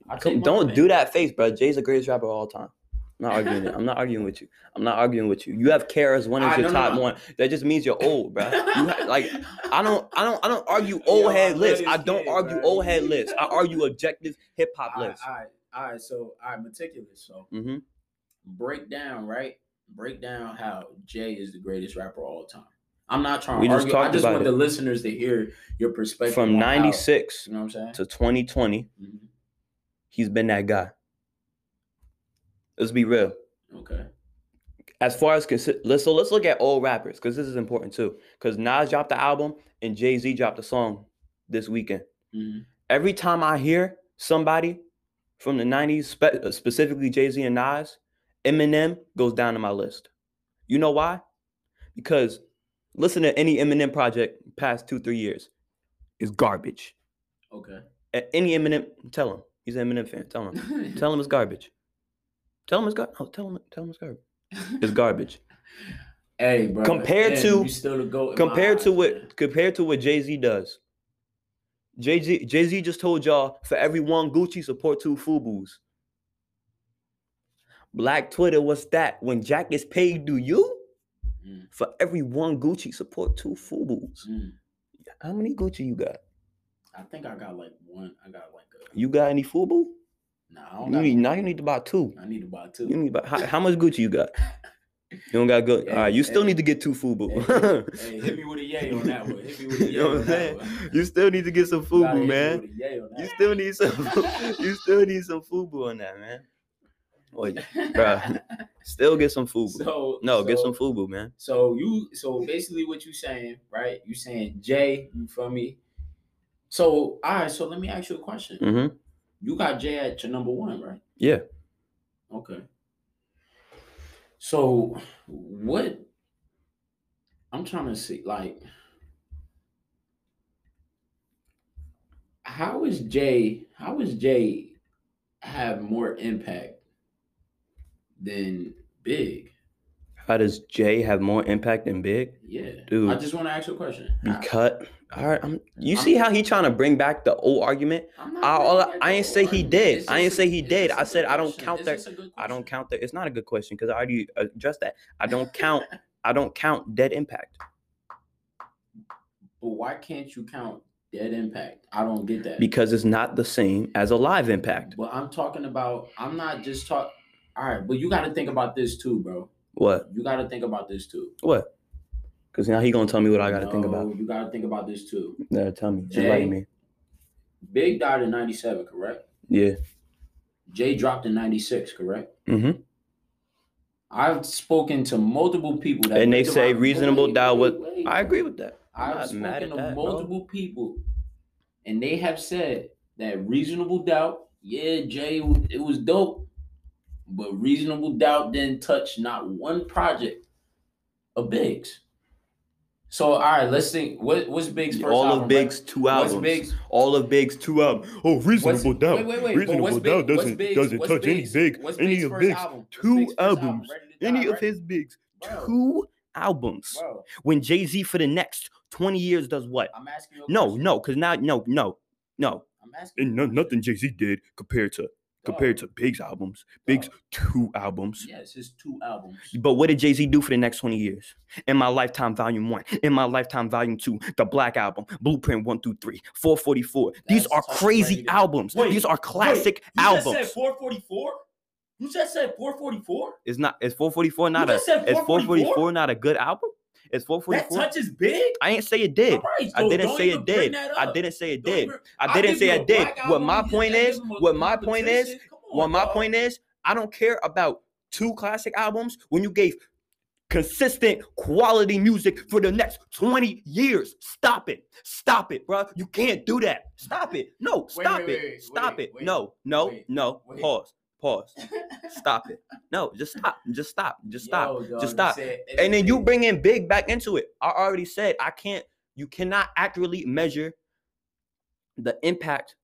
S2: I
S1: Come- don't do that face, bro. Jay's the greatest rapper of all time. I'm not arguing it. I'm not arguing with you. I'm not arguing with you. You have Kara as one of
S2: Ah,
S1: your
S2: no, no,
S1: top
S2: no.
S1: one. That just means you're old, bro. You ha- like I don't, I don't, I don't argue old
S2: Yo, I
S1: head
S2: love
S1: lists. I
S2: this
S1: don't
S2: kid,
S1: argue
S2: bruh.
S1: old head lists. I argue objective hip hop
S2: All right,
S1: lists.
S2: all right, all right. So all right, meticulous. So
S1: hmm
S2: break down, right? Break down how Jay is the greatest rapper of all time. I'm not trying
S1: We
S2: to
S1: just
S2: argue. I
S1: talked
S2: just
S1: about
S2: want
S1: it.
S2: the listeners to hear your perspective
S1: From
S2: on how-
S1: '96
S2: You know what I'm saying?
S1: to 2020,
S2: Mhm.
S1: he's been that guy. Let's be real.
S2: Okay.
S1: As far as consi- let's so let's look at old rappers because this is important too. Because Nas dropped the album and Jay Z dropped a song this weekend.
S2: Mhm.
S1: every time I hear somebody from the 90s, spe- uh, specifically Jay Z and Nas, Eminem goes down to my list. You know why? Because listen to any Eminem project past two, three years is garbage.
S2: Okay.
S1: A- Any Eminem, tell him. He's an Eminem fan. Tell him. Tell him it's garbage. Tell him it's garbage. Oh, tell him, tell him it's garbage. It's garbage.
S2: hey, bro.
S1: Compared to-
S2: you still the goat in my
S1: compared to
S2: eyes, man.
S1: what compared to what Jay Z does. Jay Z Jay Z just told y'all for every one Gucci support two Fubu's. Black Twitter, what's that? When Jack is paid, do you?
S2: Mm.
S1: For every one Gucci support two Fubu's.
S2: Mm.
S1: How many Gucci you got?
S2: I think I got like one. I got like a.
S1: You got any Fubu?
S2: Nah, I don't
S1: You
S2: got
S1: need,
S2: no-
S1: now you need to buy two.
S2: I need to buy two.
S1: You need about how, how much Gucci you got? You don't got good.
S2: Hey,
S1: All right, you still
S2: hey.
S1: need to get two
S2: Hey,
S1: fubu.
S2: Hey, hit me with a yay on that one. Hit me with a yay
S1: You know
S2: on
S1: what I'm
S2: that
S1: saying?
S2: one.
S1: You still need to get some
S2: You gotta hit
S1: fubu,
S2: me
S1: man.
S2: with a yay on that
S1: You
S2: one.
S1: still need some. you still need some fubu on that, man. Boy, bruh, still get some fubu.
S2: So
S1: no, get
S2: so-
S1: some fubu, man.
S2: So you so basically what you saying, right? You saying Jay, you feel me? So all right, so let me ask you a question.
S1: Mm-hmm.
S2: You got Jay at your number one, right?
S1: Yeah.
S2: Okay. So what I'm trying to see, like, how is Jay, how is Jay have more impact than Big?
S1: How does Jay have more impact than Big?
S2: Yeah.
S1: Dude.
S2: I just want to ask you a question. How-
S1: Because all right, Ah. I'm, you see how he trying to bring back the old argument.
S2: I'm not
S1: I-
S2: really
S1: all-
S2: like
S1: I
S2: the
S1: ain't say he
S2: argument.
S1: did.
S2: It's
S1: I ain't
S2: just a-
S1: say he
S2: it's
S1: did.
S2: just
S1: I
S2: a
S1: said
S2: good
S1: I don't
S2: question.
S1: count
S2: It's
S1: that-
S2: just a good
S1: I don't
S2: question.
S1: count that. It's not a good question because I already addressed that. I don't count. I don't count dead impact
S2: But why can't you count dead impact? I don't get that.
S1: because it's not the same as a live impact.
S2: But I'm talking about. I'm not just talk. All right, but you got to think about this too, bro.
S1: What?
S2: You got to think about this too.
S1: What? Because now he gonna tell me what I gotta think
S2: No,
S1: about.
S2: You got to think about this too.
S1: Yeah, tell me. Just
S2: Jay?
S1: like me.
S2: Big died in '97, correct?
S1: Yeah.
S2: Jay dropped in '96, correct?
S1: Mm-hmm.
S2: I've spoken to multiple people that
S1: And they
S2: looked at
S1: say
S2: my-
S1: reasonable
S2: Wait,
S1: doubt
S2: wait,
S1: was-
S2: wait.
S1: I agree with that. I'm not
S2: I've
S1: mad
S2: spoken to
S1: at that, bro.
S2: multiple people, and they have said that reasonable doubt, yeah, Jay, it was dope, but reasonable doubt didn't touch not one project of Biggs. So all right, let's think. What what's Biggs first
S1: All
S2: album,
S1: of Big's
S2: right?
S1: two albums.
S2: What's Biggs?
S1: All of Big's two albums. Oh,
S2: What's,
S1: reasonable doubt.
S2: wait, wait, wait. but
S1: reasonable
S2: what's Big-
S1: doubt
S2: what's
S1: doesn't
S2: Biggs-
S1: doesn't
S2: what's
S1: touch
S2: Biggs?
S1: any Big,
S2: What's
S1: any
S2: Biggs'
S1: of
S2: first
S1: Big's
S2: album? What's
S1: two
S2: Biggs' first album?
S1: albums.
S2: Ready to
S1: Any
S2: Die,
S1: of
S2: right?
S1: his Big's
S2: Bro,
S1: two albums.
S2: bro,
S1: When Jay Z for the next twenty years does what?
S2: I'm asking you. a
S1: No,
S2: question.
S1: no, because now no, no, no.
S2: I'm
S1: And
S2: asking. you a
S1: no,
S2: question.
S1: nothing Jay Z did compared to
S2: Dog,
S1: compared to Big's albums. Big's two albums.
S2: Yes, his two albums.
S1: But what did Jay Z do for the next 20 years? In My Lifetime Volume 1, In My Lifetime Volume 2, The Black Album, Blueprint 1 through 3, 444. These
S2: That's
S1: are
S2: tough
S1: crazy
S2: rating.
S1: albums.
S2: Wait,
S1: These are classic
S2: You
S1: albums.
S2: just said 444? You just said 444?
S1: it's not is 444 not a
S2: just said
S1: is
S2: 444?
S1: 444 not a good album? Is
S2: That
S1: 444?
S2: touches big?
S1: I ain't say it did.
S2: All right,
S1: I
S2: so
S1: didn't
S2: don't
S1: say
S2: even
S1: it
S2: bring
S1: did.
S2: that
S1: I
S2: up.
S1: didn't say it
S2: Don't
S1: did.
S2: even-
S1: I
S2: I'll
S1: didn't
S2: give
S1: say
S2: you
S1: I
S2: a
S1: did.
S2: black
S1: What
S2: album,
S1: my
S2: you
S1: point
S2: just
S1: is,
S2: give him a
S1: what my point is,
S2: competition. Come on,
S1: Well, my
S2: dog.
S1: point is, I don't care about two classic albums when you gave consistent quality music for the next 20 years. Stop it. Stop it, bro. You can't do that. Stop it. No, stop
S3: wait,
S1: it.
S3: wait,
S1: stop
S3: wait,
S1: it.
S3: wait,
S1: no, no,
S2: wait,
S1: no.
S2: wait.
S1: Pause. Pause. Stop it. No, just stop. Just stop. Just stop.
S2: Yo, dog,
S1: Just
S2: you
S1: stop.
S2: said
S1: and then you
S2: everything.
S1: bring in Big back into it. I already said I can't. You cannot accurately measure the impact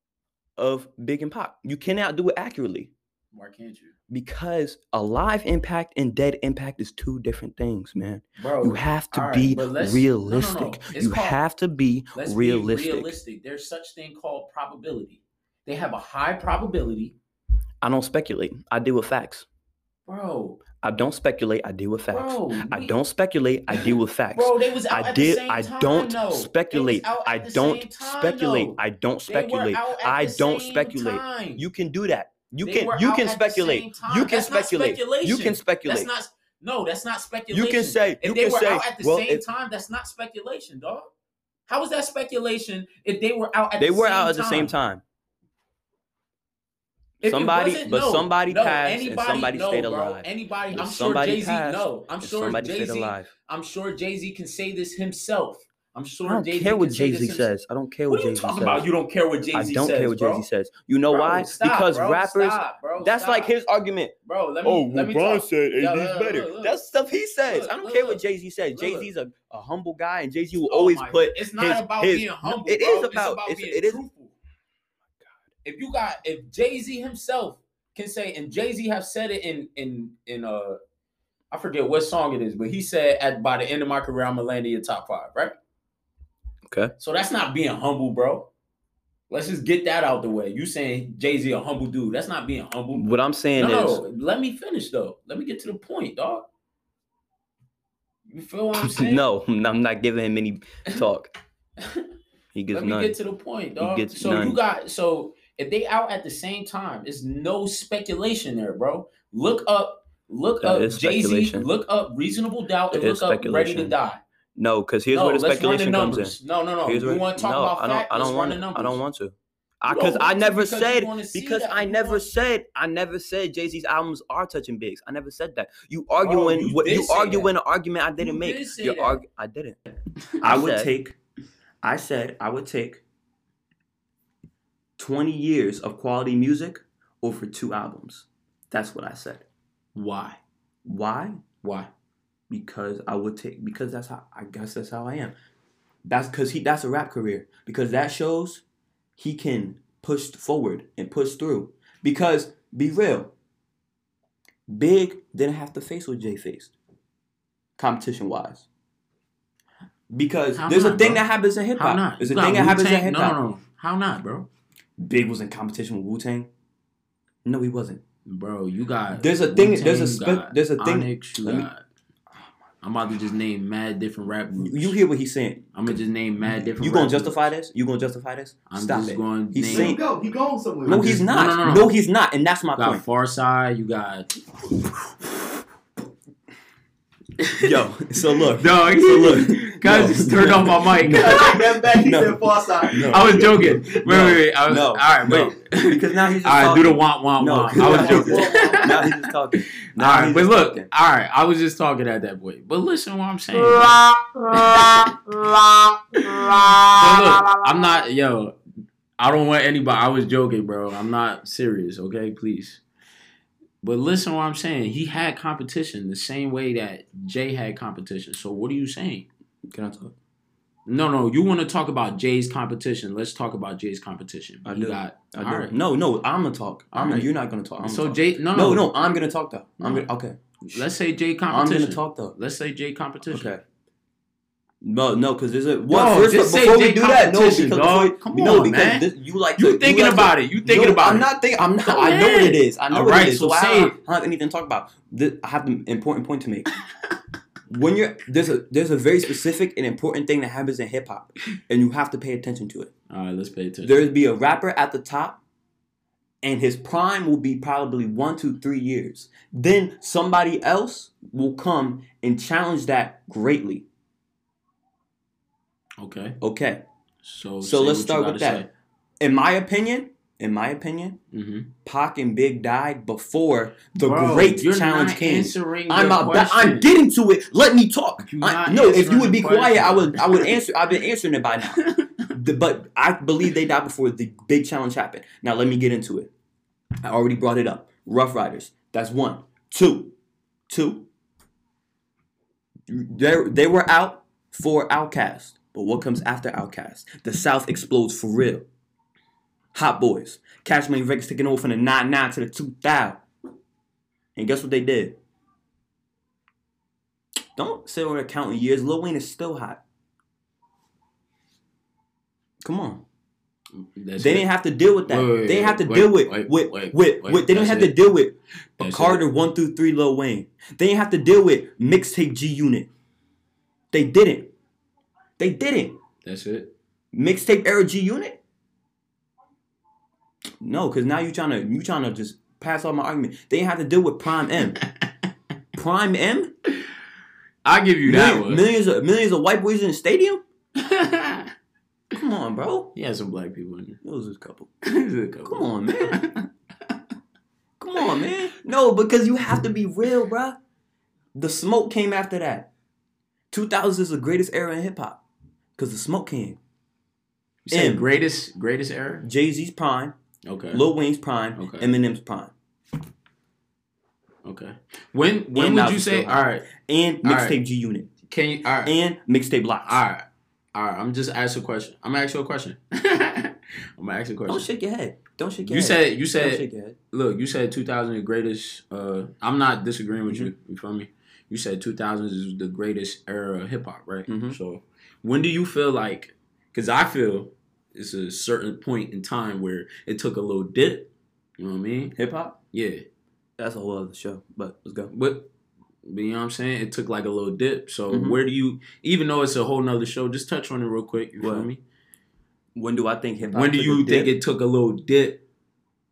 S1: of Big and Pop. You cannot do it accurately
S2: Why can't you?
S1: because a live impact and dead impact is two different things, man.
S2: Bro,
S1: you have to
S2: all right,
S1: be
S2: but let's- no, no, no,
S1: realistic.
S2: it's
S1: You
S2: called-
S1: have to be
S2: let's
S1: realistic.
S2: be realistic. There's such thing called probability. They have a high probability.
S1: I don't speculate. I deal with facts.
S2: Bro,
S1: I don't speculate. I deal with facts.
S2: bro.
S1: I
S2: we-
S1: don't speculate. I deal with facts.
S2: Bro, they was out
S1: I
S2: at
S1: did.
S2: the same
S1: I
S2: time,
S1: don't
S2: though. They was
S1: speculate.
S2: out
S1: I
S2: at the
S1: don't
S2: same time,
S1: speculate.
S2: though.
S1: I don't
S2: They were
S1: speculate.
S2: out at
S1: I
S2: the
S1: don't
S2: same
S1: speculate.
S2: time.
S1: You can do that. You
S2: They were
S1: can. You
S2: out
S1: can
S2: at the same
S1: speculate.
S2: time.
S1: You can
S2: That's not
S1: speculate. You
S2: speculation.
S1: can
S2: That's
S1: speculate.
S2: not no. That's not speculation.
S1: You can say.
S2: if
S1: you
S2: they
S1: can
S2: were
S1: say.
S2: out at the
S1: well,
S2: same
S1: if
S2: time, that's not speculation, dog. How is that speculation if they were out at
S1: they
S2: the
S1: were
S2: same
S1: out at
S2: time?
S1: the same time.
S2: If it
S1: Somebody-
S2: wasn't,
S1: but somebody passed and
S2: anybody-
S1: somebody
S2: no,
S1: stayed
S2: bro.
S1: alive.
S2: Anybody,
S1: But
S2: I'm sure
S1: somebody
S2: Jay Z.
S1: passed
S2: No, I'm
S1: and
S2: sure
S1: somebody
S2: Jay
S1: stayed
S2: Z.
S1: alive.
S2: I'm sure Jay Z can say this himself. I'm
S1: I
S2: sure
S1: don't
S2: Jay-Z
S1: care what
S2: can say
S1: Jay
S2: this
S1: Z
S2: himself.
S1: says. I don't care what
S2: What are
S1: Jay
S2: you
S1: Z
S2: talking
S1: says.
S2: about? You don't care what Jay Z
S1: I
S2: says.
S1: don't care what Jay
S2: bro.
S1: Z says. You know
S2: Bro,
S1: why?
S2: stop,
S1: because
S2: bro,
S1: rappers.
S2: stop, bro,
S1: that's like
S2: stop.
S1: his argument.
S2: bro. Let me,
S1: Oh,
S2: let me talk.
S1: LeBron said AD's
S2: Yeah, look,
S1: better.
S2: look, look.
S1: That's stuff he says.
S2: Look,
S1: I don't
S2: look,
S1: care
S2: look.
S1: what Jay Z says.
S2: Look,
S1: Jay
S2: look.
S1: Z's a, a humble guy, and Jay Z will
S2: Oh
S1: always
S2: my
S1: put.
S2: God. it's not
S1: his-
S2: about
S1: his-
S2: being humble.
S1: it
S2: bro.
S1: is
S2: It's
S1: about-
S2: about
S1: it's-
S2: being
S1: it is-
S2: truthful. If you got if Jay Z himself can say, and Jay Z have said it in in in uh, I forget what song it is, but he said at by the end of my career I'm gonna land in your top five, right?
S1: Okay.
S2: So that's not being humble, bro. Let's just get that out the way. You saying Jay Z a humble dude? That's not being humble.
S1: What I'm saying
S2: no,
S1: is,
S2: no, let me finish though. Let me get to the point, dog. You feel what I'm saying?
S1: no, I'm not giving him any talk. He gets
S2: Let me
S1: none.
S2: get to the point, dog.
S1: gets
S2: so
S1: none.
S2: you got so if they out at the same time, it's no speculation there, bro. Look up, Look
S4: That
S2: up
S4: is
S2: Jay Z.
S4: speculation.
S2: Look up Reasonable Doubt and
S4: It is
S2: look up Ready to
S4: speculation.
S2: Die.
S4: No, because here's
S2: no,
S4: where the
S2: let's
S4: speculation
S2: run the
S4: comes in.
S2: numbers. No, no, no.
S4: Here's
S2: you
S4: where-
S2: want to talk
S4: no,
S2: about
S4: I don't,
S2: fact?
S4: I
S2: let's
S4: don't
S2: run
S4: want
S2: the
S4: to.
S2: numbers.
S4: I don't want to.
S2: You
S4: I
S2: don't
S4: because
S2: want
S4: I
S2: to
S4: never
S2: because you
S4: said
S2: wanna see
S4: because
S2: that.
S4: I
S2: You
S4: never
S2: want-
S4: said I never said Jay Z's albums are touching bigs. I never said that. You arguing
S2: you
S4: what
S2: did
S4: you
S2: say
S4: arguing an argument I didn't
S2: You
S4: make.
S2: did say
S4: You're
S2: that.
S4: argu- I didn't.
S1: I
S4: I
S1: would
S4: said-
S1: take, I said I would take 20 years of quality music over two albums. That's what I said.
S2: Why?
S1: Why?
S2: Why?
S1: Because I would take, because that's how, I guess that's how I am. That's because he, that's a rap career. Because that shows he can push forward and push through. Because, be real, Big didn't have to face what Jay faced, competition wise. Because
S2: How
S1: there's a
S2: not,
S1: thing
S2: bro?
S1: that happens in hip
S2: How
S1: hop.
S2: not?
S1: There's a
S2: You got
S1: thing that happens in
S2: Wu-Tang?
S1: hip
S2: No,
S1: hop.
S2: no, no. How not, bro?
S1: Big was in competition with Wu Tang. No, he wasn't.
S2: Bro, you got.
S1: There's a thing-
S2: Wu-Tang,
S1: there's a
S2: you
S1: spe-
S2: got
S1: there's a thing-
S2: Onyx, you
S1: let me-
S2: got- I'm about to just name mad different rap
S1: You,
S2: groups.
S1: you hear what he's saying?
S2: I'm gonna just name mad different.
S1: You
S2: rap
S1: gonna
S2: groups.
S1: justify this? You gonna justify this?
S2: I'm
S1: Stop
S2: just
S1: it.
S2: going to
S1: He's
S2: name.
S3: He
S1: saying-
S3: go. He going somewhere.
S1: No,
S2: I'm
S1: he's
S2: just- no,
S1: not. No,
S2: no, no, no.
S1: he's not, and that's my
S2: you got
S1: point.
S2: Far Side. You got.
S1: Yo, so look, so
S2: Dog,
S1: look,
S2: guys
S1: No.
S2: just turned off my mic.
S3: That's back. He
S1: No.
S3: said far side.
S1: No.
S2: I was joking. Wait,
S1: No.
S2: wait, wait. I was,
S1: No.
S2: All right, wait.
S1: because now he's just
S2: All right, do
S1: talking.
S2: the womp womp
S1: No,
S2: womp. I was
S3: no.
S2: joking.
S1: now he's just talking.
S2: All
S1: Now
S2: right,
S1: he's
S2: but
S1: just
S2: look,
S1: talking.
S2: all right, I was just talking at that point. But listen, what I'm saying. So look, I'm not, yo. I don't want anybody. I was joking, bro. I'm not serious, okay? Please. But listen, what I'm saying. He had competition the same way that Jay had competition. So what are you saying?
S1: Can I talk?
S2: No, no. You want to talk about Jay's competition? Let's talk about Jay's competition.
S1: I
S2: He
S1: do.
S2: got-
S1: I
S2: all
S1: do.
S2: right.
S1: No, no, I'm gonna talk. I'm.
S2: Alright.
S1: You're not gonna talk. I'm
S2: So
S1: gonna
S2: Jay, no,
S1: talk.
S2: no,
S1: no, no, I'm gonna talk though. I'm
S2: No.
S1: gonna, okay.
S2: Let's say Jay
S1: I'm
S2: competition.
S1: gonna talk though.
S2: Let's say Jay competition.
S1: Okay. No, no, because there's a
S2: No,
S1: well, first
S2: just
S1: first
S2: say
S1: before we
S2: Jay
S1: do that, no,
S2: competition,
S1: because
S2: dog.
S1: before,
S2: Come
S1: no,
S2: on,
S1: because
S2: man.
S1: This, you like
S2: You
S1: to-
S2: thinking
S1: like to-
S2: about it. You thinking
S1: No,
S2: about
S1: I'm
S2: it.
S1: not thinking. I'm not.
S2: Go
S1: I know what it
S2: ahead.
S1: is. I know
S2: All
S1: what
S2: right,
S1: it is.
S2: so
S1: So, I,
S2: say it.
S1: don't- I don't have anything to talk about. This, I have an important point to make. when you're there's a there's a very specific and important thing that happens in hip hop, and you have to pay attention to it.
S2: All right, let's pay attention.
S1: There'd be a rapper at the top, and his prime will be probably one to three years. Then somebody else will come and challenge that greatly.
S2: okay.
S1: Okay.
S2: So
S1: So let's start with that. In my opinion, in my opinion,
S2: Mm-hmm.
S1: Pac and Big died before the great challenge came.
S2: Answering
S1: I'm
S2: the
S1: out. that-
S2: question.
S1: I'm getting to it. Let me talk.
S2: You're
S1: I-
S2: not
S1: no, if
S2: answering
S1: you would be
S2: the
S1: quiet, I
S2: question.
S1: would. I would answer. I've been answering it by now. The- but I believe they died before the big challenge happened. Now let me get into it. I already brought it up. Rough Riders. That's one. Two. Two. They they were out for Outcast, but what comes after Outcast? The South explodes for real. Hot Boys. Cash Money Records taking over from the 99 to the 2000. And guess what they did? Don't sit over there counting years. Lil Wayne is still hot. Come on.
S2: Mm, That's
S1: They
S2: it.
S1: didn't have to deal with that.
S2: Wait, wait,
S1: they didn't have to
S2: wait,
S1: deal
S2: wait,
S1: with
S2: wait,
S1: with,
S2: wait,
S1: with,
S2: wait,
S1: with they didn't
S2: that's
S1: have to
S2: it.
S1: deal with
S2: That's it.
S1: Carter one through three Lil Wayne. They didn't have to deal with mixtape G Unit. They didn't. They didn't.
S2: That's it.
S1: Mixtape era G Unit? No, because now you trying to you trying to just pass on my argument. They didn't have to deal with Prime M. Prime M?
S2: I give you that
S1: Million-
S2: one.
S1: millions of millions of white boys in the stadium? Come on, bro.
S2: he has some black people in
S1: It was just a couple.
S2: there.
S1: Come on, man. Come on, man. No, because you have to be real, bruh. The smoke came after that. 2000 is the greatest era in hip hop. Because the smoke came.
S2: You say
S1: M.
S2: greatest greatest error.
S1: Jay Z's prime,
S2: Okay.
S1: Lil Wayne's prime,
S2: Okay.
S1: Eminem's prime.
S2: Okay. When when
S1: And
S2: would
S1: Nas
S2: you
S1: is
S2: say?
S1: still
S2: All
S1: hot.
S2: right.
S1: And
S2: All
S1: mixtape G Unit.
S2: Can you? All right.
S1: And mixtape Locks.
S2: all right. All right. I'm just asking a question. I'm gonna ask you a question. I'm gonna ask you a question.
S1: Don't shake your head. Don't shake your
S2: you
S1: head.
S2: said you
S1: Don't
S2: said
S1: shake your head.
S2: look, you said 2000 the greatest. Uh, I'm not disagreeing with you.
S1: Mm-hmm.
S2: You feel me? You said 2000 is the greatest era of hip hop, right?
S1: Mhm.
S2: So when do you feel like? Because I feel it's a certain point in time where it took a little dip. You know what I mean?
S1: Hip hop?
S2: Yeah,
S1: That's a whole other show, but let's go.
S2: but. but You know what I'm saying? It took like a little dip. So
S1: Mhm.
S2: where do you even though it's a whole nother show, just touch on it real quick, you feel
S1: What?
S2: me?
S1: When do I think hip hop?
S2: When do
S1: took a
S2: you
S1: dip?
S2: think it took a little dip?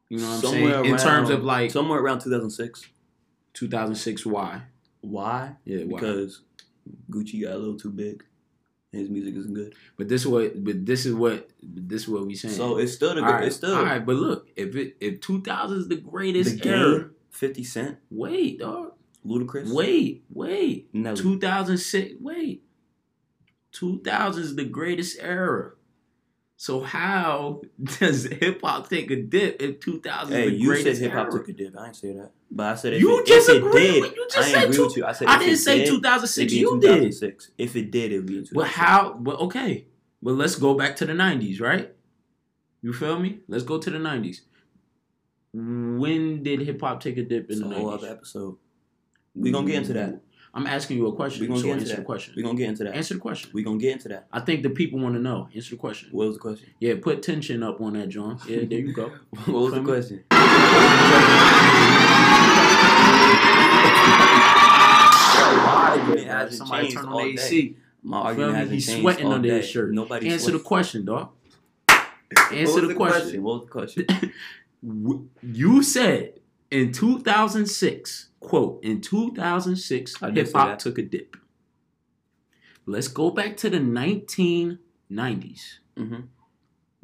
S2: You know what I'm saying? In terms of like
S1: somewhere around 2006.
S2: 2006. Why?
S1: Why?
S2: Yeah, why?
S1: Because Gucci got a little too big. and His music isn't good.
S2: but this what but this is what but this is what we saying.
S1: So it's still the
S2: All right,
S1: it's still
S2: all right. But look, if it if 2000 is the
S1: the
S2: greatest era,
S1: game. Fifty Cent,
S2: wait, dog,
S1: Ludacris,
S2: wait, wait.
S1: Nelly.
S2: 2006. Wait, 2000 is the greatest era. So how does hip hop take a dip if 2000
S1: Hey,
S2: is the
S1: you said
S2: greatest
S1: hip hop
S2: era?
S1: took a dip. I didn't say that, but I said if
S2: You
S1: it,
S2: just
S1: if it
S2: agreed
S1: did,
S2: with- you just
S1: I
S2: said
S1: didn't agree
S2: two-
S1: with you. I said
S2: I
S1: if
S2: didn't
S1: it
S2: say
S1: did, it'd
S2: 2006.
S1: be in
S2: You did.
S1: 2006. If it did, it'd be in 2006.
S2: But how? But okay. But let's go back to the '90s, right? You feel me? Let's go to the '90s. When did hip hop take a dip in
S1: It's a
S2: the
S1: whole other
S2: 90s?
S1: episode. We gonna get into that.
S2: I'm asking you a question.
S1: We gonna
S2: so
S1: get into
S2: answer
S1: that.
S2: the question.
S1: We gonna get into that.
S2: Answer the question.
S1: We gonna get into that.
S2: I think the people want to know. Answer the question.
S1: What was the question?
S2: Yeah, put tension up on that, John. Yeah, there you go.
S1: What was the question? It hasn't
S2: Somebody
S1: changed
S2: turn
S1: all
S2: on the AC.
S1: My
S2: Feel
S1: argument
S2: me?
S1: hasn't
S2: He's
S1: changed
S2: sweating
S1: all
S2: under his
S1: day.
S2: shirt.
S1: Nobody's
S2: Answer the
S1: sweating.
S2: question, dog.
S1: What
S2: Answer
S1: was
S2: the question.
S1: What was the question?
S2: W- You said in 2006, quote, in 2006,
S1: I did
S2: hip
S1: say
S2: hop
S1: that.
S2: took a dip. Let's go back to the 1990s. Mm-hmm.
S1: Mhm.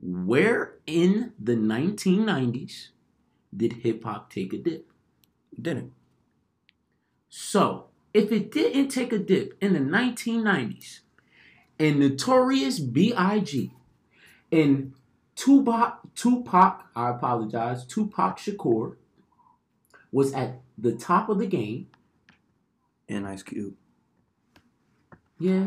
S2: Where in the 1990s did hip hop take a dip?
S1: Didn't.
S2: So, if it didn't take a dip in the 1990s, and Notorious B.I.G. and Tupac, Tupac, I apologize, Tupac Shakur was at the top of the game.
S1: And Ice Cube.
S2: Yeah,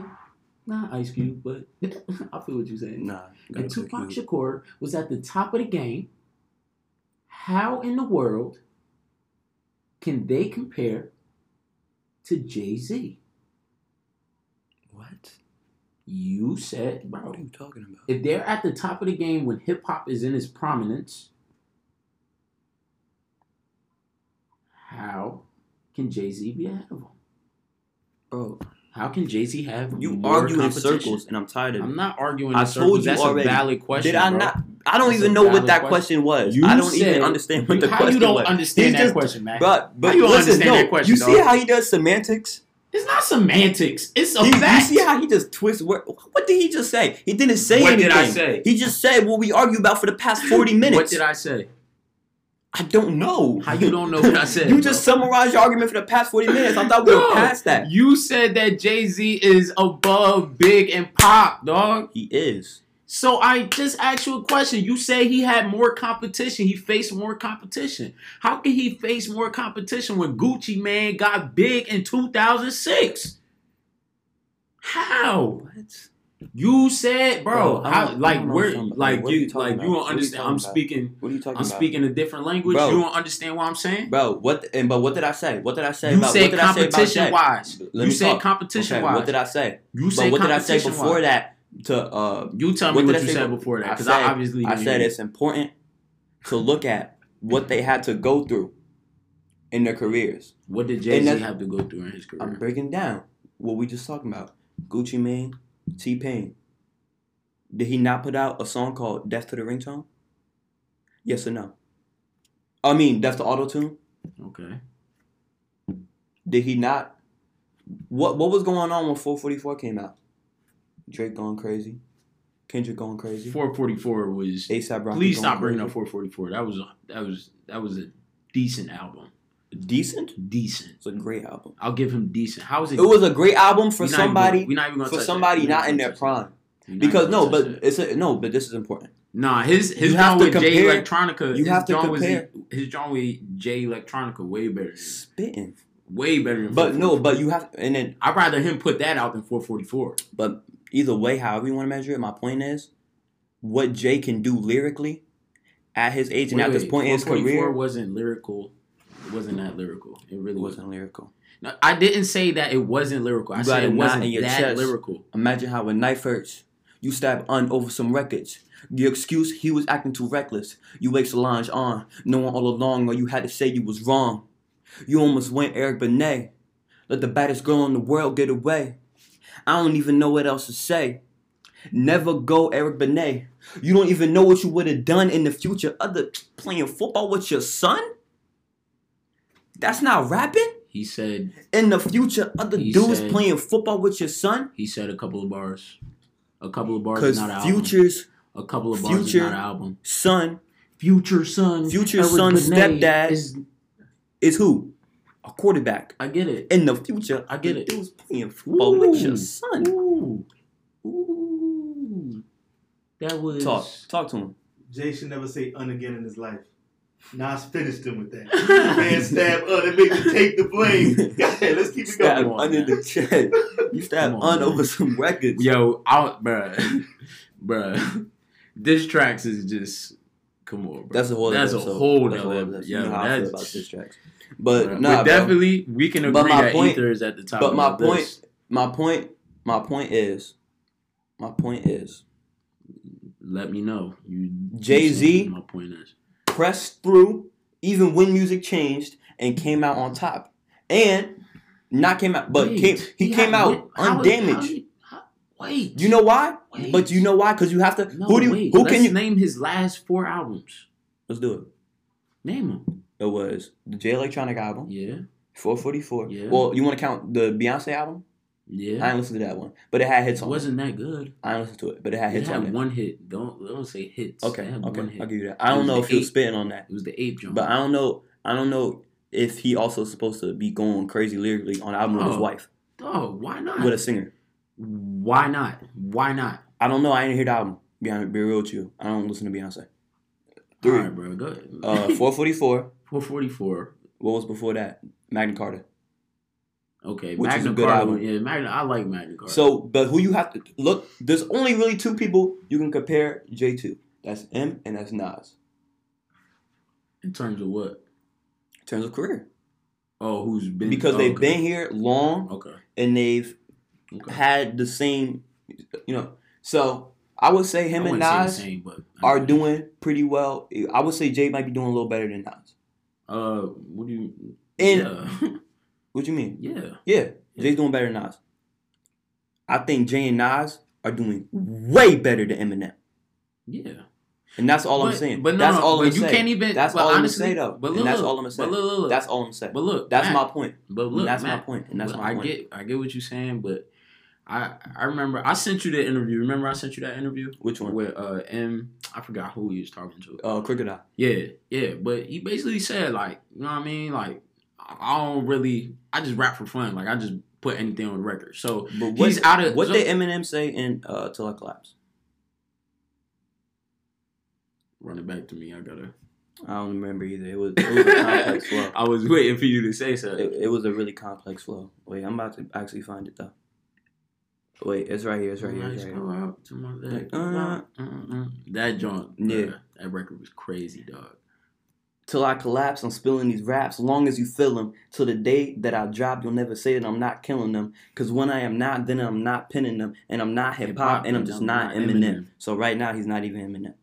S2: not Ice Cube, but I feel what you're saying.
S1: Nah. you gotta put
S2: and Tupac
S1: Cube.
S2: Shakur was at the top of the game. How in the world can they compare to Jay Z?
S1: What?
S2: You said, bro.
S1: What are you talking about?
S2: if they're at the top of the game when hip hop is in its prominence, how can Jay Z be ahead of him?
S1: Bro,
S2: How can Jay Z have
S1: you
S2: more
S1: argue in
S2: competition?
S1: circles, and I'm tired of it.
S2: I'm not arguing.
S1: I
S2: in
S1: told
S2: circles.
S1: you
S2: That's
S1: already.
S2: a valid question.
S1: Did I
S2: bro.
S1: not? I don't
S2: That's
S1: even
S2: a
S1: know what
S2: valid
S1: that
S2: question.
S1: question, was.
S2: You
S1: I don't
S2: said-
S1: even understand what the
S2: how
S1: question
S2: you don't
S1: was.
S2: understand
S1: He's
S2: that
S1: just-
S2: question, man?
S1: But but
S2: you don't
S1: listen,
S2: understand
S1: no,
S2: that question,
S1: you see
S2: dog?
S1: how he does semantics?
S2: It's not semantics. It's a
S1: He- you
S2: fact.
S1: see how he just twists word. What did he just say? He didn't say
S2: What
S1: anything.
S2: did I say?
S1: He just said what we argued about for the past forty minutes.
S2: What did I say?
S1: I don't know.
S2: How you don't know what I said,
S1: you just summarized your argument for the past forty minutes. I thought we were
S2: No.
S1: past that.
S2: You said that Jay Z is above Big and Pop, dog.
S1: He is.
S2: So I just asked you a question. You say he had more competition. He faced more competition. How can he face more competition when Gucci Man got big in 2006? How?
S1: What?
S2: You said, bro,
S1: Bro, I
S2: how,
S1: don't- I
S2: like
S1: don't know
S2: we're
S1: something.
S2: like
S1: What are
S2: you
S1: you talking
S2: like
S1: about?
S2: you
S1: What
S2: don't
S1: are you
S2: understand.
S1: talking
S2: I'm
S1: about?
S2: speaking
S1: What are you talking
S2: I'm
S1: about?
S2: speaking a different language.
S1: Bro.
S2: You don't understand what I'm saying?
S1: Bro, what and but what did I say? What did I say
S2: you
S1: about
S2: said
S1: what did I say about
S2: competition
S1: Shaq?
S2: wise.
S1: Let
S2: You
S1: me
S2: said
S1: talk.
S2: competition
S1: Okay,
S2: wise.
S1: what did I say?
S2: you
S1: But
S2: said
S1: what did I say
S2: competition
S1: before
S2: wise.
S1: that? To uh,
S2: You tell
S1: What did
S2: me what
S1: I
S2: you
S1: say
S2: said
S1: be-
S2: before that,
S1: I
S2: because I,
S1: said-
S2: obviously
S1: I
S2: didn't
S1: said
S2: hear
S1: it's important to look at what they had to go through in their careers.
S2: you. What did Jay Z
S1: that's-
S2: have to go through in his career?
S1: I'm breaking down what we just talking about. Gucci Mane, T Pain. Did he not put out a song called "Death to the Ringtone"? Yes or no? I mean, "Death to Auto Tune."
S2: Okay.
S1: Did he not? What What was going on when 444 came out? Drake going crazy, Kendrick going crazy,
S2: 444 was.
S1: ASAP Rocky.
S2: Please
S1: going
S2: stop bringing up
S1: crazy.
S2: 444. That was that was that was a decent album.
S1: Decent.
S2: Decent.
S1: It's a great album.
S2: I'll give him decent. How is it?
S1: It was a great album for
S2: We're not even
S1: somebody
S2: gonna- we're not even gonna
S1: for
S2: touch that.
S1: somebody
S2: We're not
S1: not in
S2: gonna
S1: their
S2: touch
S1: prime.
S2: that. We're not
S1: Because
S2: even
S1: no,
S2: gonna touch Mm.
S1: but
S2: that.
S1: it's a, no, but this is important.
S2: nah, his his
S1: You have
S2: John
S1: to
S2: with Jay
S1: compare-
S2: Electronica.
S1: you
S2: his
S1: have to
S2: John was-
S1: compare.
S2: his John with Jay Electronica way better, than-
S1: Spitting.
S2: way better than.
S1: But no,
S2: 444.
S1: but you have and then
S2: I'd rather him put that out than 444.
S1: but either way, however you want to measure it, my point is what Jay can do lyrically at his age and
S2: Wait,
S1: at this
S2: wait,
S1: point in his
S2: 444
S1: career
S2: wasn't lyrical. It wasn't that lyrical. It really wasn't.
S1: wasn't lyrical.
S2: No, I didn't say that it wasn't lyrical. I
S1: You
S2: said
S1: got a
S2: it
S1: knot
S2: wasn't
S1: in your
S2: that
S1: chest.
S2: lyrical.
S1: Imagine how a knife hurts. You stab un over some records. The excuse he was acting too reckless. You wake Solange on, knowing all along or you had to say you was wrong. You almost went Eric Benet. Let the baddest girl in the world get away. I don't even know what else to say. Never go Eric Benet. You don't even know what you would have done in the future other playing football with your son? That's not rapping?
S2: He said
S1: In the future, other
S2: He
S1: dudes
S2: said-
S1: playing football with your son
S2: he said a couple of bars, a couple of bars,
S1: because
S2: is not an album.
S1: Future's
S2: A couple of bars,
S1: Future-
S2: is not an album.
S1: son
S2: Future son,
S1: Future son's
S2: Benet
S1: stepdad.
S2: is-
S1: is who? A quarterback.
S2: I get it.
S1: In the future,
S2: I get
S1: other
S2: it.
S1: Dudes playing football with your
S2: Ooh.
S1: son.
S2: Ooh, ooh, that was
S1: Talk, talk to him.
S3: Jay should never say un again in his life. Nas finished him with that. Man, stab un and make him take the blame. Go ahead, let's keep it going.
S1: Stab
S2: on,
S1: under
S2: man.
S1: the chin. You stab
S2: Come on,
S1: on,
S2: man.
S1: over some records.
S2: Yo, I bruh, bruh, diss tracks is just come on. Bro.
S1: That's a whole.
S2: That's
S1: other
S2: a
S1: episode.
S2: whole
S1: That's a
S2: other.
S1: episode.
S2: yeah,
S1: you know how I feel
S2: that's
S1: about diss tracks.
S2: bruh.
S1: But
S2: We're
S1: nah, bro.
S2: definitely we can
S1: But
S2: agree
S1: my
S2: that
S1: point-
S2: Ether is at the top.
S1: but
S2: of
S1: my
S2: the
S1: point-
S2: list.
S1: my point, my point is, my point is,
S2: let me know. You
S1: Jay-Z?
S2: My point is,
S1: pressed through even when music changed and came out on top, and not came out, but
S2: Wait,
S1: came, he,
S2: had
S1: came out
S2: win- how-
S1: undamaged.
S2: how did- how- wait,
S1: you know why?
S2: Wait.
S1: But you know why? Because you have to.
S2: No,
S1: who do you?
S2: wait,
S1: who
S2: let's
S1: can you?
S2: name his last four albums?
S1: Let's do it.
S2: Name them.
S1: It was the J Electronic album,
S2: Yeah,
S1: 444.
S2: Yeah.
S1: Well, you want to count the Beyonce album? I
S2: yeah.
S1: ain't listened to that one, but it had hits
S2: It
S1: on it.
S2: wasn't that good.
S1: I ain't listened to it, but it had
S2: It
S1: hits on
S2: had
S1: it.
S2: one hit. Don't don't say hits. It
S1: Okay,
S2: had
S1: okay,
S2: one hit.
S1: I'll give you that. I don't
S2: was
S1: know
S2: the
S1: if he was
S2: eight.
S1: spitting on that,
S2: It was the ape jump.
S1: but I don't know. I don't know if he also supposed to be going crazy lyrically on an album with his
S2: Oh.
S1: wife,
S2: Oh, why not?
S1: with a singer.
S2: why not? Why not?
S1: I don't know. I didn't hear the album. Be honest, be real with you. I don't listen to Beyonce. Three.
S2: All right, bro. Go ahead.
S1: Uh, four forty four.
S2: 444.
S1: What was before that? Magna Carta.
S2: Okay,
S1: Which is
S2: Magna
S1: a good
S2: Carta.
S1: album.
S2: Yeah, Magna. I like Magna Carta.
S1: So, but who you have to look? There's only really two people you can compare J to. That's M and that's Nas.
S2: in terms of what?
S1: In terms of career,
S2: Oh, who's been?
S1: because
S2: oh,
S1: they've
S2: okay.
S1: been here long
S2: Okay.
S1: and they've
S2: okay.
S1: had the same, you know. So I would say
S2: I
S1: him and
S2: wouldn't say the
S1: Nas
S2: same, but
S1: are doing pretty well. I would say Jay might be doing a little better than Nas.
S2: Uh, what do you?
S1: And-
S2: yeah,
S1: What you mean?
S2: yeah.
S1: Yeah,
S2: Yeah.
S1: Jay's doing better than Nas. I think Jay and Nas are doing way better than Eminem,
S2: yeah.
S1: and that's all
S2: but,
S1: I'm saying.
S2: But no,
S1: that's
S2: no,
S1: all
S2: but
S1: I'm
S2: you
S1: saying.
S2: can't even.
S1: That's
S2: but
S1: all I'm gonna
S2: honestly,
S1: say though,
S2: But
S1: and
S2: look,
S1: that's
S2: look,
S1: all I'm gonna say.
S2: But look, look,
S1: That's all I'm saying.
S2: But look,
S1: That's
S2: Mac,
S1: my point.
S2: But
S1: And
S2: look,
S1: that's
S2: Mac,
S1: my point. And that's
S2: Well,
S1: my
S2: I
S1: point.
S2: get I get what you're saying, but I I remember I sent you the interview. Remember I sent you that interview
S1: Which one?
S2: with uh M. I forgot who he was talking to.
S1: Uh, Crooked Eye.
S2: Yeah, yeah, but he basically said like, you know what I mean? Like, I I don't really. I just rap for fun. Like I just put anything on the record. So
S1: But what,
S2: he's out of
S1: what
S2: so-
S1: did Eminem say in uh, Till I Collapse?
S2: Run it back to me. I gotta.
S1: I don't remember either. It was, it was a complex flow.
S2: I was waiting for you to say something.
S1: It, it was a really complex flow. Wait, I'm about to actually find it though. Wait, it's right here. It's right here. It's
S2: Lights
S1: right here.
S2: go out to my leg.
S1: Like, uh,
S2: Mm-mm. that joint,
S1: Yeah.
S2: yeah, that record was crazy, dog.
S1: Till I collapse, I'm spilling these raps. Long as you feel them. Till the day that I drop, you'll never say that I'm not killing them. Cause when I am not, then I'm not pinning them. And I'm not hip hop,
S2: Hip-hop,
S1: and I'm
S2: and
S1: just
S2: I'm
S1: not
S2: not
S1: Eminem.
S2: Eminem.
S1: So right now, he's not even Eminem,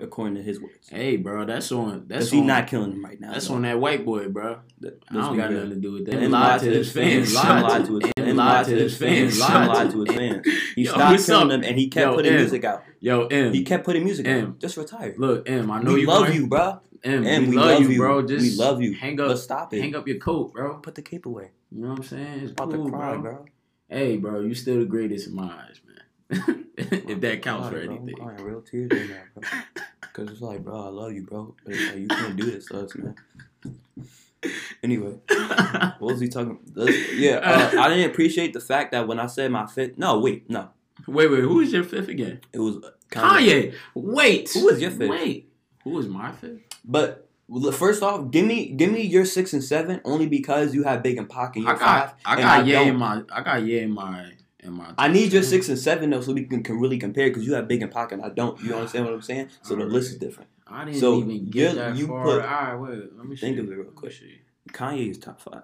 S1: according to his words.
S2: Hey, bro, that's on. That's
S1: Cause he's
S2: on-
S1: not killing them right now.
S2: That's
S1: though.
S2: on that white boy, bro.
S1: Th-
S2: I
S1: let's
S2: don't
S1: be
S2: got
S1: real.
S2: nothing to do with that.
S1: And lied to his fans.
S2: Lied
S1: Lied
S2: to
S1: to his
S2: and lied to his fans.
S1: Lied to his fans. He stopped
S2: what's
S1: killing
S2: up?
S1: them, and he kept
S2: Yo,
S1: putting
S2: M.
S1: music out.
S2: Yo, M.
S1: He kept putting music
S2: M.
S1: out. Just retire.
S2: Look, M. I know
S1: we
S2: you
S1: love
S2: want-
S1: you, bruh.
S2: M.
S1: M,
S2: we, love, you, bro. Just
S1: we love you.
S2: Hang up,
S1: Let's stop it.
S2: hang up your coat, bro.
S1: Put the cape away.
S2: You know what I'm saying? It's
S1: About
S2: cool,
S1: to cry,
S2: bro.
S1: bro.
S2: Hey, bro, you still the greatest in my eyes, man. if that counts for
S1: Sorry, bro.
S2: anything.
S1: I'm crying real tears right now, bro. Cause it's like, bro, I love you, bro. But it's like, you can't do this to us, man. Anyway, what was he talking? Let's- yeah, uh, I didn't appreciate the fact that when I said my fifth. No, wait, no,
S2: wait, wait, who is your fifth again?
S1: it was
S2: Kanye. Wait.
S1: Who was your fifth?
S2: Wait. Who was my fifth?
S1: But l- first off, give me give me your six and seven only because you have Big and Pac in
S2: I
S1: your five.
S2: got I
S1: and
S2: got
S1: I
S2: yeah
S1: don't.
S2: in my I got yeah in my in my
S1: I need your six and seven though, so we can, can really compare because you have Big and Pac and I don't. You understand what I'm saying? So the list is different.
S2: I didn't
S1: so
S2: even get
S1: you-
S2: that
S1: you
S2: far.
S1: put-
S2: All right, wait, let me
S1: think
S2: see.
S1: of it real
S2: Let me
S1: quick.
S2: see.
S1: Kanye is top five.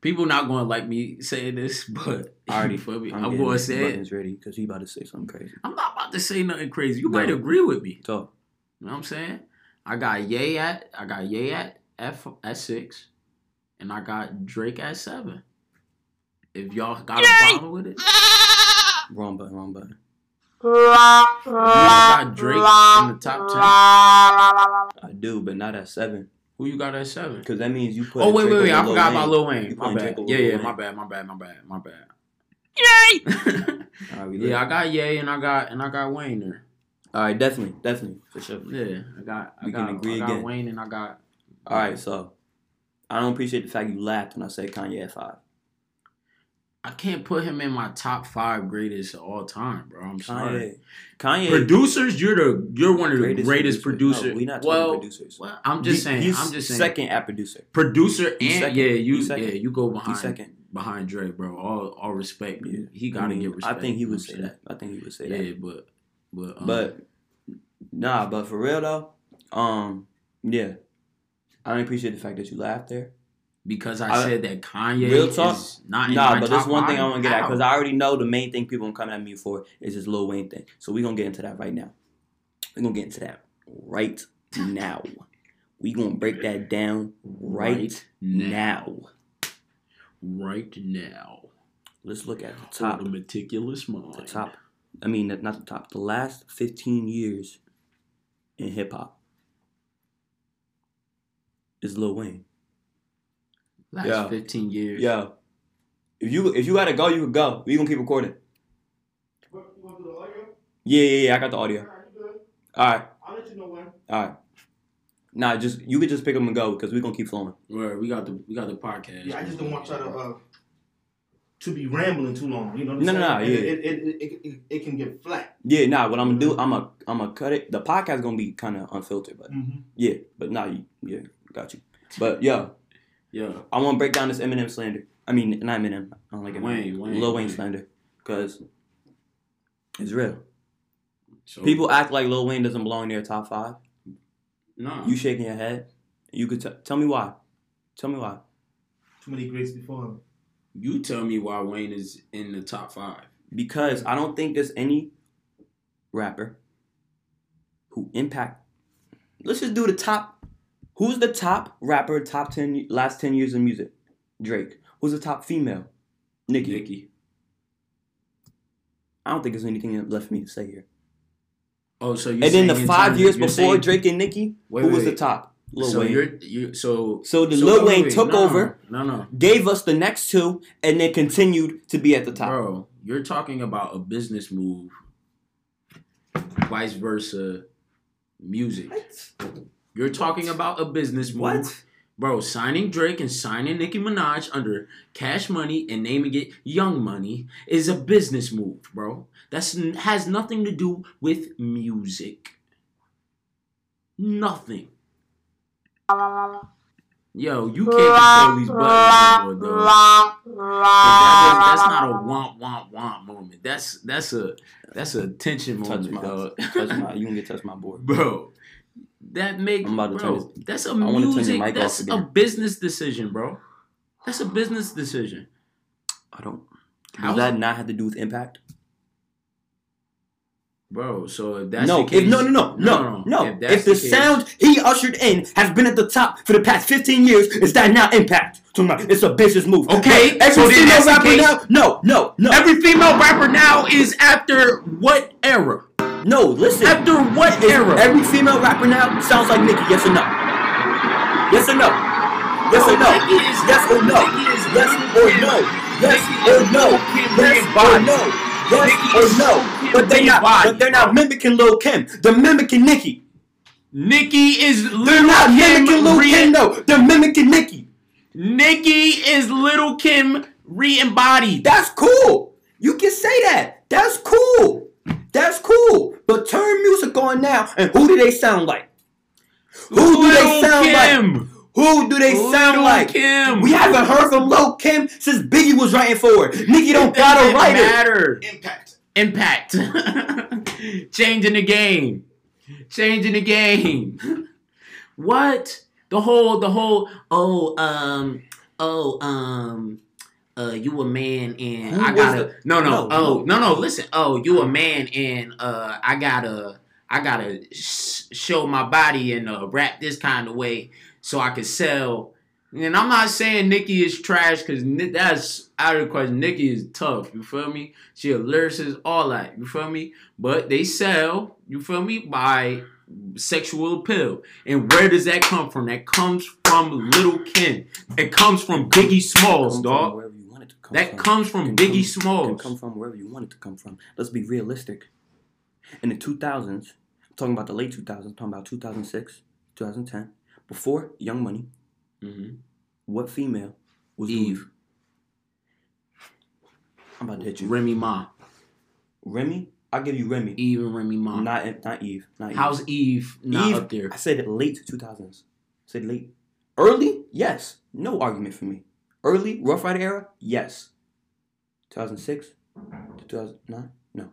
S2: People not gonna like me saying this, but
S1: I already
S2: for me.
S1: I'm,
S2: I'm,
S1: getting
S2: gonna
S1: his
S2: say it.
S1: buttons ready because he about to say something crazy.
S2: I'm not about to say nothing crazy. You
S1: No.
S2: might agree with me.
S1: So
S2: You know what I'm saying? I got Ye at I got Ye at F at six, and I got Drake at seven. If y'all got a problem with it, if
S1: wrong button, wrong button.
S2: y'all got Drake in the top ten.
S1: I do, but not at seven.
S2: Who you got at seven?
S1: Because that means you put.
S2: Oh wait, wait, wait! I forgot
S1: my
S2: about Lil Wayne.
S1: You
S2: My
S1: putting Drake
S2: bad. Yeah,
S1: over Lil
S2: yeah,
S1: Wayne.
S2: my bad, my bad, my bad, my bad.
S1: All right, we
S2: yeah,
S1: yeah,
S2: I got Ye and I got and I got Wayne there.
S1: all right, definitely, definitely for sure.
S2: Yeah, I got. I
S1: We
S2: got,
S1: can agree
S2: I got
S1: again.
S2: Wayne and I got.
S1: All right, so I don't appreciate the fact you laughed when I said Kanye at five.
S2: I can't put him in my top five greatest of all time, bro. I'm sorry.
S1: Kanye, Kanye,
S2: Producers, you're the you're one of the greatest,
S1: producer.
S2: producers.
S1: No, we not talking
S2: well,
S1: producers.
S2: well, I'm just
S1: He-
S2: saying.
S1: he's
S2: I'm just saying.
S1: second at producer.
S2: Producer and
S1: He's second.
S2: yeah, you
S1: He's
S2: yeah,
S1: second.
S2: you go
S1: He's
S2: behind
S1: second.
S2: behind Dre, bro. All all respect.
S1: Yeah.
S2: He gotta
S1: I mean,
S2: get respect.
S1: I think he
S2: you know
S1: would
S2: what
S1: say
S2: I'm
S1: that. I think he would say
S2: saying?
S1: that.
S2: Yeah, but but um,
S1: But nah, but for real though, um, yeah, I don't appreciate the fact that you laughed there.
S2: because I,
S1: I-
S2: said that Kanye
S1: Real talk?
S2: is not in
S1: Nah,
S2: my
S1: but there's
S2: top
S1: one thing
S2: five.
S1: I want to get at
S2: How?
S1: because I already know the main thing people are coming at me for is this Lil Wayne thing. So we're gonna get into that right now. We're gonna get into that right now. We gonna break that down right,
S2: Right
S1: now.
S2: right now.
S1: Let's look at the
S2: Top
S1: top.
S2: the meticulous mind.
S1: The top. I mean, not the top. The last 15 years in hip hop is Lil Wayne.
S2: Last
S1: Yeah.
S2: 15 years.
S1: Yo, if you if you gotta go, you can go. We gonna keep recording.
S3: What- you want to do the audio?
S1: Yeah, yeah, yeah. I got the audio.
S3: All right, you good?
S1: All right,
S3: I'll let you know when.
S1: all right. Nah, just you could just pick them and go because we gonna keep flowing.
S2: Where we got the we got the podcast.
S3: Yeah, I just don't want y'all to uh, to be rambling too long. You know what I'm
S1: No, no,
S3: saying?
S1: no,
S3: And
S1: yeah.
S3: It, it, it, it, it, it can get flat.
S1: Yeah, nah. What I'm gonna do, I'm gonna I'm gonna cut it. The podcast gonna be kind of unfiltered, but
S3: Mm-hmm.
S1: yeah, but nah, you, yeah, got you. But yo,
S2: Yeah.
S1: I want to break down this Eminem slander. I mean, not Eminem. I don't like Eminem.
S2: Wayne, Wayne,
S1: Lil Wayne
S2: Wayne.
S1: slander, cause it's real.
S2: So
S1: People act like Lil Wayne doesn't belong in their top five.
S2: no.
S1: You shaking your head. You could t- tell me why. Tell me why.
S3: Too many greats before him.
S2: You tell me why Wayne is in the top five.
S1: because I don't think there's any rapper who impact. Let's just do the top. Who's the top rapper? Top ten last ten years of music. Drake. Who's the top female? Nicki.
S2: Nicki.
S1: I don't think there's anything left for me to say here.
S2: Oh, so you
S1: and then the five years before Drake and Nicki, who was the top? Lil
S2: so
S1: Wayne.
S2: You're, you so
S1: So the
S2: so
S1: Lil
S2: wait,
S1: Wayne
S2: wait,
S1: took
S2: no,
S1: over.
S2: No, no,
S1: Gave us the next two, and then continued to be at the top.
S2: bro, you're talking about a business move, vice versa, music. You're talking about a business move,
S1: What?
S2: bro. Signing Drake and signing Nicki Minaj under Cash Money and naming it Young Money is a business move, bro. That's n- has nothing to do with music. Nothing. Yo, you can't control these buttons, no more, dog. But that- that's, that's not a womp womp womp moment. That's that's a that's a tension
S1: Touch
S2: moment,
S1: my,
S2: dog.
S1: touch my. You can get touch my board.
S2: bro. That make
S1: I'm about to
S2: bro.
S1: turn
S2: that's a
S1: wanna turn the
S2: music.
S1: mic
S2: That's
S1: off
S2: a
S1: again.
S2: business decision, bro. That's a business decision.
S1: I don't.
S2: How-
S1: Does that not have to do with impact?
S2: bro? So if that's
S1: no,
S2: the case,
S1: if, no, no, no, no, no. If,
S2: that's
S1: the,
S2: case-
S1: sound he ushered in has been at the top for the past 15 years, is that not impact? So no, It's a business move.
S2: Okay,
S1: No, every
S2: so then
S1: female
S2: that's the
S1: rapper
S2: case.
S1: now? No, no, no.
S2: every female rapper now is after what era?
S1: no, listen.
S2: After what
S1: Is
S2: era?
S1: Every female rapper now sounds like Nicki. Yes or no? Yes or no? Yes or no?
S2: Nicki is-
S1: Yes or no?
S2: Nicki is-
S1: Yes or no? Yes
S2: Nicki
S1: or
S2: is
S1: no?
S2: Lil' Kim
S1: Yes or
S2: reembodied.
S1: no? Yes
S2: Nicki
S1: or
S2: is
S1: no?
S2: Lil' Kim
S1: But they're not. But
S2: reembodied,
S1: they're not
S2: bro.
S1: mimicking Lil Kim. They're mimicking Nicki.
S2: Nicki is
S1: They're
S2: little
S1: not mimicking
S2: Kim.
S1: Lil
S2: re-
S1: Kim though. They're mimicking Nicki.
S2: Nicki is little Kim re-embodied.
S1: That's cool. You can say that. That's cool. That's cool. But turn music on now, and who do they sound like? Who do they
S2: Lil'
S1: sound
S2: Kim.
S1: like? Who do they sound
S2: Lil'
S1: like?
S2: Kim.
S1: We haven't heard from Lil Kim since Biggie was writing for her. Nicki don't got a
S2: Doesn't
S1: writer.
S2: Matter.
S3: Impact.
S2: Impact. Changing the game. Changing the game. what? The whole the whole oh um oh um uh you a man and
S1: Who
S2: I
S1: was
S2: gotta
S1: the-
S2: no no
S1: No,
S2: oh no no listen oh you a man and uh I gotta I gotta sh- show my body and uh, rap this kind of way so I can sell. And I'm not saying Nikki is trash because that's out of the question. Nikki is tough. You feel me? She a lyricist, all that. You feel me? But they sell. You feel me? By sexual appeal. And where does that come from? That comes from Little Ken. It comes from Biggie Smalls,
S1: Come from
S2: dog.
S1: Wherever you want it to come
S2: That
S1: from.
S2: comes
S1: Can
S2: from Biggie
S1: come- Can
S2: Smalls.
S1: come from wherever you want it to come from. Let's be realistic. In the 2000s, I'm talking about the late 2000s, I'm talking about 2006, 2010, before Young Money,
S2: Mhm.
S1: what female was
S2: Eve,
S1: doing- I'm about to hit you.
S2: Remy Ma,
S1: Remy? I'll give you Remy.
S2: Eve and Remy Ma.
S1: Not, not Eve. Not Eve.
S2: Uh-huh. How's Eve not
S1: Eve-
S2: up there?
S1: I said late 2000s. I said late. Early? Yes. No argument for me. Early, Rough Rider era? Yes. 2006 to 2009? No.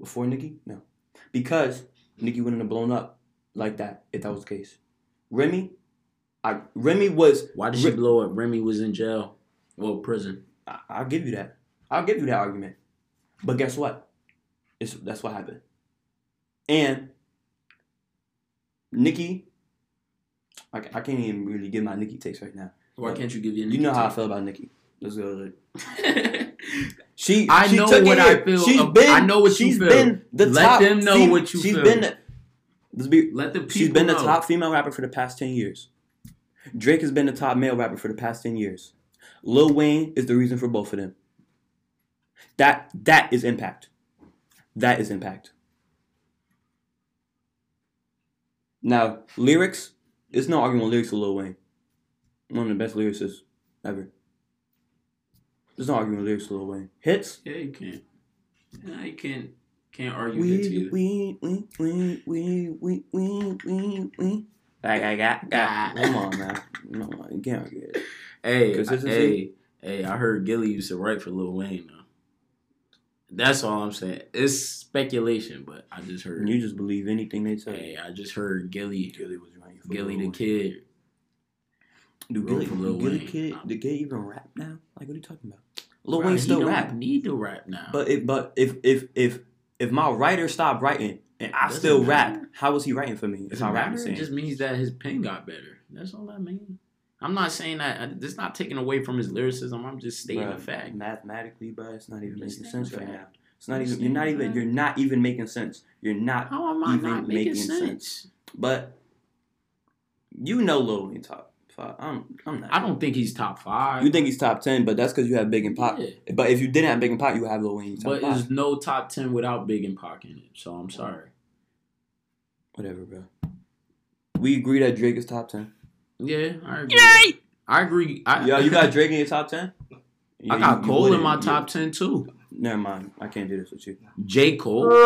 S1: Before Nikki? No. Because Nikki wouldn't have blown up like that if that was the case. Remy? I Remy was.
S2: Why did she
S1: Re-
S2: blow up? Remy was in jail, well, prison.
S1: I, I'll give you that. I'll give you that argument. But guess what? It's, that's what happened. And Nikki, I, ca- I can't even really give my Nikki takes right now.
S2: Why can't you give your?
S1: You know how I feel about Nikki. Let's go. to it.
S2: I.
S1: She,
S2: I
S1: she
S2: know
S1: took it
S2: what I
S1: here.
S2: feel
S1: She's
S2: ab-
S1: been,
S2: I know what you
S1: she's
S2: feel.
S1: Been the
S2: Let
S1: top,
S2: them know
S1: fem-
S2: what you
S1: she's
S2: feel.
S1: Been, the- let's be,
S2: Let the people.
S1: she's been
S2: know.
S1: the top female rapper for the past ten years. Drake has been the top male rapper for the past ten years. Lil Wayne is the reason for both of them. That that is impact. That is impact. Now lyrics, it's no arguing with lyrics with Lil Wayne. One of the best lyricists ever. There's no arguing with lyrics with Lil Wayne. Hits.
S2: Yeah, you can't. Nah, you can't. Can't argue with
S1: We
S2: you.
S1: we we we we we we we we. Like I got got. Come on, man. No, you can't argue it.
S2: Hey, I, hey,
S1: Consistency?
S2: hey! I heard Gilly used to write for Lil Wayne. Though. That's all I'm saying. It's speculation, but I just heard.
S1: You just believe anything they say.
S2: hey, I just heard Gilly,
S1: Gilly was right.
S2: Gilly the Kid.
S1: Do
S2: wrote
S1: Gilly,
S2: for Lil
S1: do Gilly
S2: Wayne.
S1: kid? The kid even rap now? Like what are you talking about? Lil
S2: Bro,
S1: Wayne
S2: he
S1: still
S2: don't
S1: rap,
S2: Need to rap now.
S1: but it, but if if if if my writer stopped writing and I
S2: Doesn't
S1: still
S2: matter.
S1: rap, how was he writing for me? If
S2: Does
S1: I
S2: it
S1: rap the
S2: matter? It just
S1: same.
S2: means that his pen got better. That's all I mean. I'm not saying that. It's not taking away from his lyricism. I'm just stating
S1: Bruh,
S2: a fact.
S1: Mathematically, bro, it's not even
S2: Just
S1: making
S2: stating a
S1: sense right now.
S2: fact.
S1: It's not
S2: Just
S1: even. You're not
S2: stating a
S1: even.
S2: fact.
S1: You're not even making sense. You're not
S2: How am I
S1: even
S2: not making,
S1: making
S2: sense?
S1: But you know Lil Wayne top five. I'm I'm not.
S2: I don't think he's top five.
S1: You think he's top ten, but that's because you have Big and Pop.
S2: Yeah.
S1: But if you didn't have Big and Pop, you would have Lil Wayne in top
S2: But
S1: five.
S2: there's no top ten without Big and Pac in it. So I'm sorry.
S1: Whatever, bro. We agree that Drake is top ten.
S2: Yeah, I agree. I agree. I,
S1: Yeah, you got Drake in your top ten.
S2: I got Cole in my top ten too.
S1: Never mind. I can't do this with you.
S2: J Cole. J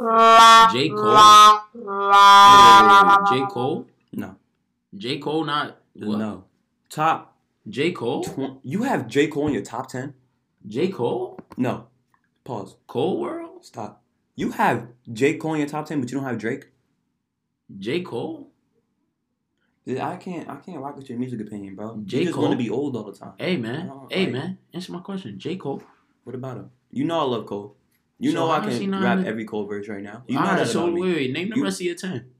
S2: Cole. Wait, wait, wait, wait. J Cole.
S1: No.
S2: J Cole. Not what?
S1: No. Top.
S2: J Cole.
S1: Tw- you have J Cole in your top ten?
S2: J Cole.
S1: No. Pause.
S2: Cole World.
S1: Stop. You have J Cole in your top ten, but you don't have Drake.
S2: J Cole.
S1: I can't. I can't rock with your music opinion, bro.
S2: J.
S1: you just
S2: Cole?
S1: want to be old all the time.
S2: Hey man.
S1: Oh,
S2: Hey
S1: like-
S2: man. Answer my question. J Cole.
S1: What about him? You know I love Cole. You
S2: So
S1: know I
S2: how is he
S1: can
S2: not
S1: rap
S2: in the-
S1: every Cole verse right now. You know
S2: All right.
S1: that
S2: So
S1: about
S2: wait,
S1: me.
S2: wait. Name the
S1: You-
S2: rest of your ten.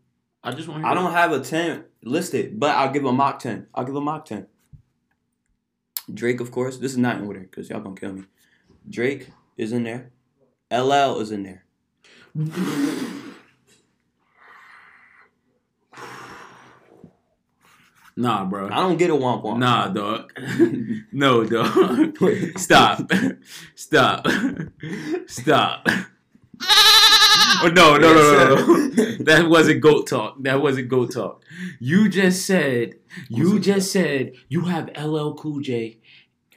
S2: I just want.
S1: I don't have a ten listed, but I'll give a mock ten. I'll give a mock ten. Drake, of course. This is not in order because y'all gonna kill me. Drake is in there. LL is in there.
S2: Nah, bro.
S1: I don't get a womp womp.
S2: Nah, dog. no, dog. Stop. Stop. Stop. Oh, no, no, no, no, no. That wasn't goat talk. That wasn't goat talk. You just said, you just said you have LL Cool J.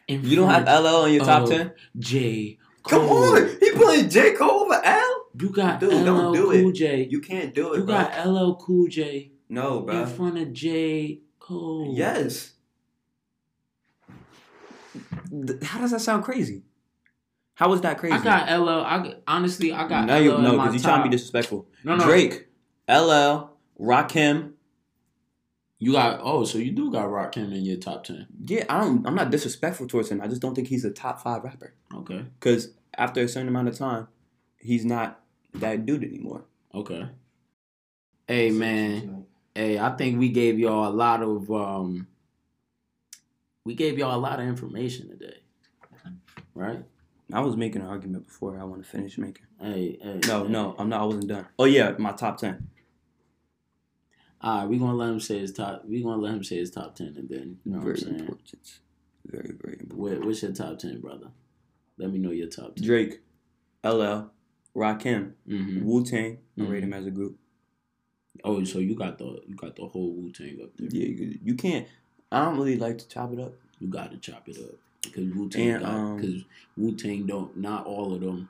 S2: In
S1: You don't have
S2: front
S1: LL in your top
S2: of
S1: ten.
S2: J. Oh, Cole.
S1: Come on, he playing J Cole over L.
S2: You got
S1: Dude,
S2: LL
S1: don't do
S2: Cool
S1: it.
S2: J. You,
S1: You can't do it, bro.
S2: got LL Cool J
S1: no, bro.
S2: in front of J. Cole.
S1: Yes. Th- How does that sound crazy? How is that crazy?
S2: I got LL. I got- honestly, I got
S1: no,
S2: LL.
S1: you
S2: in
S1: no,
S2: my
S1: because you trying to
S2: top.
S1: be disrespectful.
S2: No, no.
S1: Drake, LL, Rakim.
S2: You got oh, so you do got Rock Kim in your top ten.
S1: Yeah, I don't. I'm not disrespectful towards him. I just don't think he's a top five rapper.
S2: Okay.
S1: Because after a certain amount of time, he's not that dude anymore.
S2: Okay. Hey man. Hey, I think we gave y'all a lot of um we gave y'all a lot of information today. Right?
S1: I was making an argument before. I want to finish making.
S2: Hey, hey.
S1: No,
S2: hey.
S1: no, I'm not. I wasn't done. Oh yeah, my top ten.
S2: All right, we gonna let him say his top. We gonna let him say his top ten, and then you know what I'm
S1: very
S2: saying.
S1: important. Very very important.
S2: What, what's your top ten, brother? Let me know your top 10
S1: Drake, LL, Rakim,
S2: Mm-hmm.
S1: Wu Tang. I rate
S2: Mhm.
S1: him as a group.
S2: Oh, so you got the you got the whole Wu Tang up there.
S1: Yeah, you, you can't. I don't really like to chop it up.
S2: You got to chop it up because Wu Tang
S1: And, um,
S2: because Wu Tang don't not all of them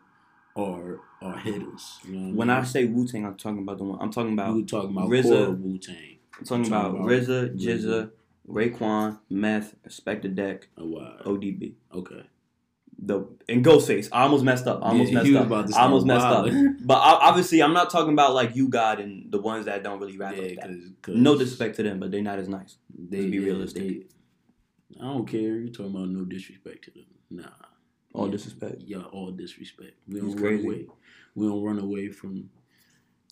S2: are are hitters. You know
S1: When I say Wu Tang, I'm talking about the one. I'm talking about.
S2: you were talking about
S1: RZA.
S2: core Wu Tang
S1: I'm talking
S2: talking
S1: about
S2: about
S1: RZA,
S2: RZA.
S1: Jizza, Raekwon, Meth, Spectre Deck,
S2: a while.
S1: ODB.
S2: Okay.
S1: The and Ghostface. I almost messed up. I almost
S2: Yeah, he
S1: messed
S2: was
S1: up.
S2: about to
S1: I almost
S2: start
S1: messed up.
S2: wilding.
S1: But I, obviously, I'm not talking about like you God and the ones that don't really rap like
S2: Yeah,
S1: that.
S2: 'cause- 'cause
S1: No disrespect to them, but they're not as nice.
S2: They
S1: be
S2: yeah,
S1: realistic.
S2: they- I don't care. You're talking about no disrespect to them. Nah.
S1: All
S2: Yeah.
S1: disrespect.
S2: Yeah, all disrespect. We
S1: It's
S2: don't run
S1: crazy.
S2: away. We don't run away from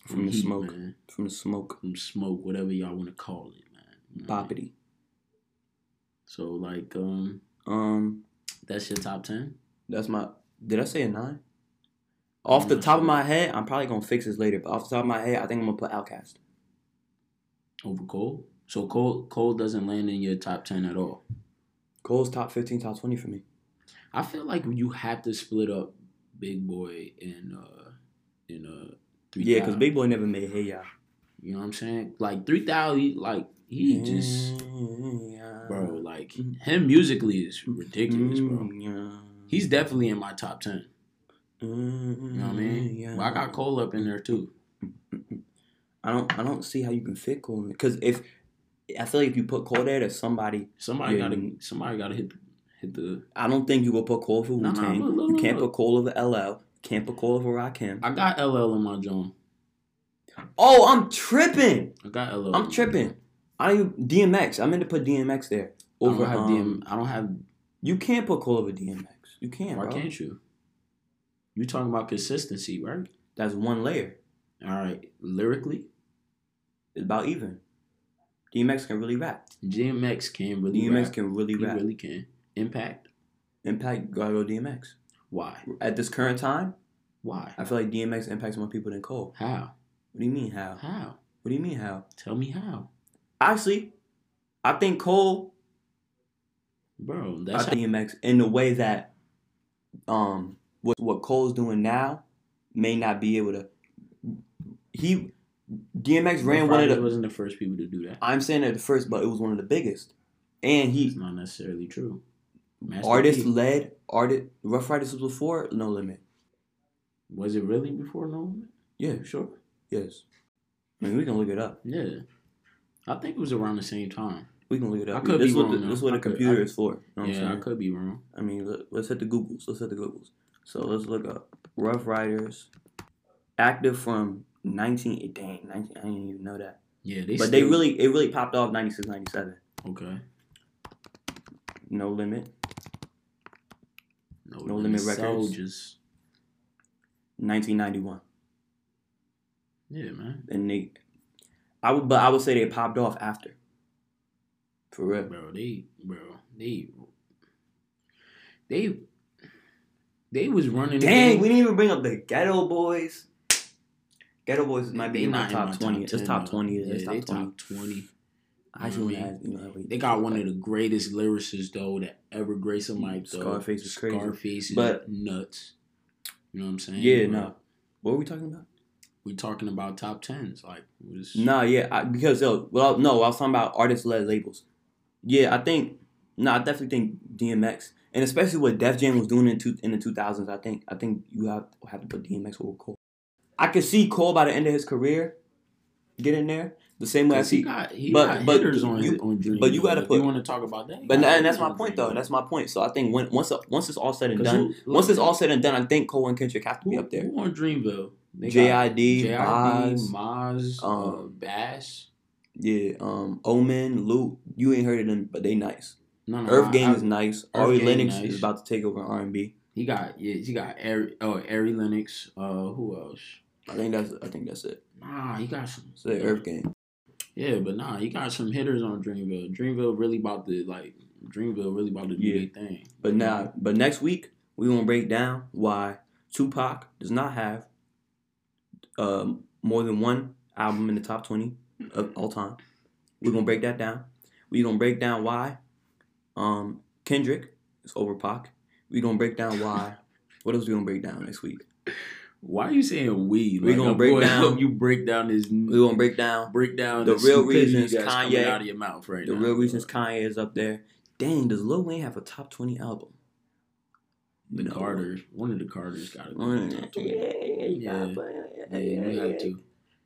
S1: From the
S2: heat,
S1: smoke.
S2: man.
S1: From the smoke,
S2: from smoke, whatever y'all want to call it, man. You know what I mean?
S1: boppity.
S2: So like, um,
S1: Um,
S2: that's your top ten.
S1: that's my. Did I say a nine? Off the
S2: Mhm.
S1: top of my head, I'm probably gonna fix this later. But off the top of my head, I think I'm gonna put Outcast.
S2: over Cole. So Cole Cole doesn't land in your top ten at all.
S1: Cole's top 15, top 20 for me.
S2: I feel like you have to split up Big Boy and uh in uh three.
S1: Yeah, because
S2: Thou.
S1: Big Boy never made Hey Ya.
S2: you know what I'm saying? Like three thousand, like he just
S1: Mm.
S2: bro, like him musically is ridiculous,
S1: Mm.
S2: bro. He's definitely in my top ten. You know what I mean? But I
S1: Mm.
S2: got Cole up in there too.
S1: I don't. I don't see how you can fit Cole because if I feel like if you put Cole there, there's somebody.
S2: Somebody
S1: Yeah,
S2: gotta
S1: you-
S2: somebody gotta hit hit the
S1: I don't think you will put Cole for
S2: Nah,
S1: Wu
S2: nah,
S1: Tang.
S2: look, look,
S1: you
S2: look,
S1: can't
S2: look.
S1: put Cole over LL. Can't put Cole over Rakim.
S2: I got LL in my joint.
S1: Oh, I'm tripping.
S2: I got LL. in
S1: I'm
S2: my
S1: tripping.
S2: joint.
S1: I don't even DMX. I meant to put DMX there. Over
S2: I don't have
S1: um,
S2: DM, I don't have
S1: You can't put Cole over DMX. You can't.
S2: Why
S1: bro.
S2: can't you? You talking about consistency, right?
S1: That's one layer.
S2: All right, lyrically,
S1: It's about even. DMX can really rap.
S2: DMX can really
S1: DMX
S2: rap.
S1: can really
S2: He
S1: rap.
S2: really can. Impact.
S1: Impact gotta go DMX.
S2: Why?
S1: At this current time,
S2: Why?
S1: I feel like DMX impacts more people than Cole.
S2: How?
S1: What do you mean how?
S2: How?
S1: What do you mean how?
S2: Tell me how,
S1: Actually, I think Cole,
S2: bro. That's
S1: I
S2: how,
S1: think DMX in the way that um what what Cole's doing now may not be able to. He DMX ran one of
S2: Fridays
S1: the.
S2: wasn't the first people to do that.
S1: I'm saying that the first, but it was one of the biggest, and
S2: It's
S1: he
S2: not necessarily true. Master
S1: artist
S2: P,
S1: led artist Rough Riders was before No Limit.
S2: was it really before No Limit?
S1: Yeah, sure. Yes. I mean, we can look it up.
S2: Yeah, I think it was around the same time.
S1: We can look it
S2: I
S1: up.
S2: could
S1: this
S2: be
S1: what the,
S2: wrong,
S1: this
S2: though.
S1: what
S2: I
S1: a
S2: could-
S1: computer
S2: I-
S1: is for. You know what I'm
S2: yeah, I
S1: saying?
S2: could be wrong.
S1: I mean, let, let's hit the Googles. Let's hit the Googles. So let's look up Rough Riders, active from 19. Dang, 19, I didn't even know that.
S2: Yeah, they.
S1: but they
S2: still-
S1: really, it really popped off 96, 97.
S2: okay.
S1: No limit.
S2: No,
S1: Limit Records.
S2: Soldiers.
S1: 1991,
S2: Yeah, man.
S1: and they, I would, but I would say they popped off after. For real.
S2: bro. They, bro, they, they, they was running.
S1: Dang, we didn't even bring up the Ghetto Boys. Ghetto Boys might be
S2: They
S1: in my
S2: not in
S1: top
S2: my top
S1: twenty. It's
S2: 10,
S1: top
S2: though.
S1: twenty.
S2: Yeah,
S1: It's
S2: they
S1: top twenty.
S2: top 20.
S1: I
S2: You know what I
S1: actually you know,
S2: They got one of the greatest lyricists though that ever graced a mic. Though.
S1: Scarface is crazy.
S2: Scarface is
S1: But-
S2: nuts. You know what I'm saying?
S1: Yeah,
S2: Bro,
S1: no. What were we talking about?
S2: We talking about top tens, like was
S1: Nah, yeah, I, because yo, well, no, I was talking about artist-led labels. Yeah, I think, no, I definitely think DMX, and especially what Def Jam was doing in two, in the two thousands. I think, I think you have have to put DMX over Cole. I could see Cole by the end of his career get in there the same way I
S2: 'cause he
S1: see.
S2: got he
S1: but-
S2: got
S1: but
S2: hitters on
S1: you-
S2: his on Dream.
S1: but you
S2: though.
S1: gotta
S2: If
S1: put-
S2: you want to talk about that.
S1: But and that's my point though. That's my point. So I think when once once it's all said and done, once it's
S2: it's
S1: all said and done, I think Cole and Kendrick have to be
S2: who,
S1: up there.
S2: Who on Dreamville? They got-
S1: JID,
S2: JID,
S1: Nas,
S2: Maz, uh,
S1: um,
S2: Bash.
S1: yeah, um, Omen, Luke. You ain't heard of them, but they nice.
S2: No, no,
S1: Earth
S2: I-
S1: Gang
S2: I-
S1: is nice.
S2: Earth
S1: Ari
S2: Gang
S1: Lennox
S2: nice.
S1: is about to take over R and B.
S2: He got yeah. He got Ari. Oh, Ari Lennox. Uh, who else?
S1: I think that's I think that's it.
S2: Nah, he got some.
S1: Say Earth Gang.
S2: Yeah, but nah, he got some hitters on Dreamville. Dreamville really about to like. Dreamville really about to do
S1: Yeah.
S2: their thing.
S1: But now, but next week we gonna break down why Tupac does not have um, more than one album in the top twenty. of all time. We're gonna break that down. We're gonna break down why um Kendrick is over Pac. We're gonna break down why. what else we gonna break down next week?
S2: Why are you saying we?
S1: We gonna break down-
S2: You break down this.
S1: We're gonna break down
S2: break down
S1: the real
S2: stupidity
S1: reasons
S2: that's coming
S1: Kanye-
S2: out of your mouth right
S1: the
S2: now.
S1: real reasons Kanye is up there. Dang, does Lil Wayne have a top twenty album?
S2: The
S1: No.
S2: Carter, one of the Carters got to
S1: Yeah,
S2: Yeah, you have to.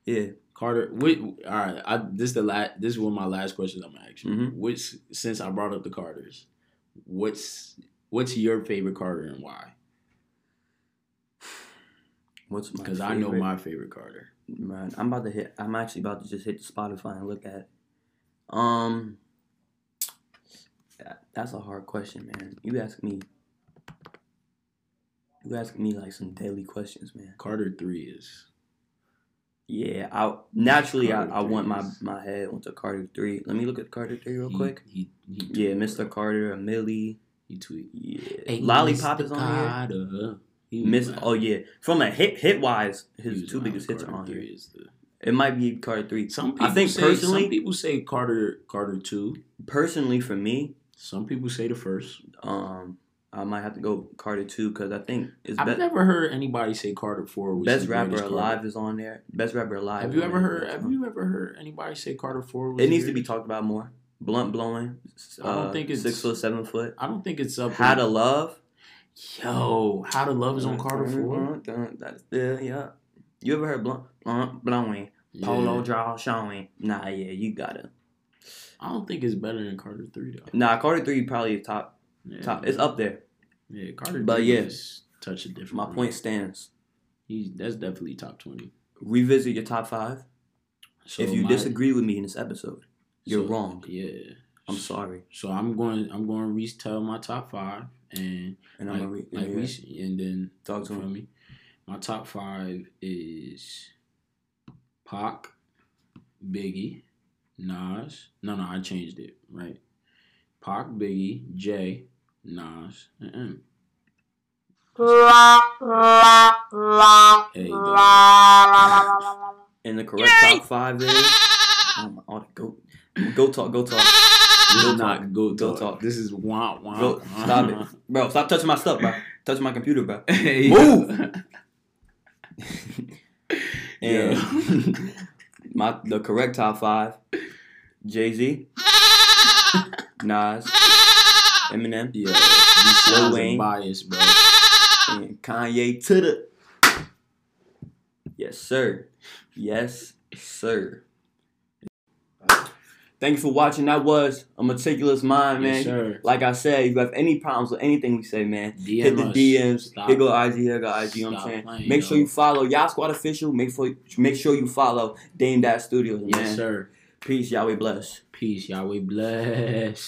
S1: yeah.
S2: Carter, wait, all right. I, this the last. This is one of my last questions I'm asking.
S1: Mhm.
S2: Which, since I brought up the Carters, what's what's your favorite Carter and why?
S1: What's my?
S2: Because I know
S1: favorite?
S2: my favorite Carter.
S1: Man, I'm about to hit. I'm actually about to just hit Spotify and look at. It. Um, that- that's a hard question, man. You ask me. You ask me like some daily questions, man.
S2: Carter three is
S1: Yeah, I naturally I,
S2: Carter
S1: I want my
S2: threes.
S1: my head onto Carter three. Let me look at Carter three real
S2: he-
S1: quick.
S2: He, he
S1: Yeah, Mr. Carter, a Millie.
S2: He tweet.
S1: Yeah,
S2: Hey,
S1: Lollipop
S2: Mr.
S1: is on
S2: Carter. He
S1: here.
S2: was
S1: Miss,
S2: wild.
S1: oh yeah, from a hit hit wise,
S2: He
S1: his
S2: was
S1: two
S2: wild.
S1: biggest hits are
S2: Carter
S1: on
S2: three
S1: here.
S2: is the-
S1: It might be Carter three.
S2: Some people
S1: I think
S2: say,
S1: personally-
S2: some people say Carter Carter two.
S1: Personally, for me,
S2: Some people say the first.
S1: Um, I might have to go Carter two because I think it's
S2: I've
S1: best
S2: never heard anybody say Carter four was
S1: best
S2: the
S1: rapper
S2: greatest Carter.
S1: alive is on there. Best rapper alive.
S2: Have
S1: is
S2: you
S1: on
S2: ever
S1: there.
S2: heard? Have you ever heard anybody say Carter Four? Was
S1: It needs
S2: the
S1: to be
S2: greatest?
S1: talked about more. Blunt blowing.
S2: I don't think it's-
S1: six foot seven foot.
S2: I don't think it's up.
S1: How
S2: there.
S1: to love.
S2: yo? How to love is on Carter
S1: Mm-hmm.
S2: Four.
S1: That's the yeah. You ever heard blunt blunt blowing? Polo draw showing. Nah, yeah, you gotta.
S2: I don't think it's better than Carter Three though.
S1: Nah, Carter three probably top
S2: Yeah,
S1: top. It's up there.
S2: yeah Carter.
S1: But
S2: three
S1: yeah.
S2: is touch a different.
S1: My
S2: league.
S1: point stands.
S2: He's that's definitely top twenty.
S1: Revisit your top five.
S2: So
S1: if you
S2: my-
S1: disagree with me in this episode, you're
S2: so-
S1: wrong.
S2: Yeah,
S1: I'm sorry,
S2: So I'm going. I'm going to retell my top five and
S1: and
S2: like,
S1: I'm gonna re-
S2: like
S1: yeah.
S2: we s- and then
S1: Talk
S2: You
S1: to
S2: feel
S1: him.
S2: me? My top five is Pac, Biggie, Nas. No, no, I changed it, right? Pac, Biggie, Jay, Nas, and M. Hey, dog.
S1: And the correct top five is. Oh my, oh, go, go talk, go talk,
S2: This
S1: Go
S2: is not go
S1: Go
S2: talk.
S1: talk.
S2: This is womp womp.
S1: go, stop it, bro. Stop touching my stuff, bro. Touch my computer, bro.
S2: Hey,
S1: Move. And
S2: Yeah.
S1: my the correct top five: Jay Z, Nas, Eminem,
S2: yeah. These sounds
S1: Wayne.
S2: are biased, bro.
S1: and Kanye to the. Yes, sir. Yes, sir. Thank you for watching. That was a meticulous mind, man.
S2: Yes, sir.
S1: Like I said, if you have any problems with anything we say, man,
S2: DM
S1: hit the
S2: us.
S1: DMs.
S2: Stop.
S1: Here go IG, here go IG. You know what I'm
S2: Stop
S1: saying?
S2: playing,
S1: make sure
S2: yo.
S1: you follow Y'all Squad Official. Make, for, make sure you follow Dame Dad Studios, man.
S2: Yes, sir.
S1: Peace. Yahweh bless.
S2: Peace. Yahweh bless.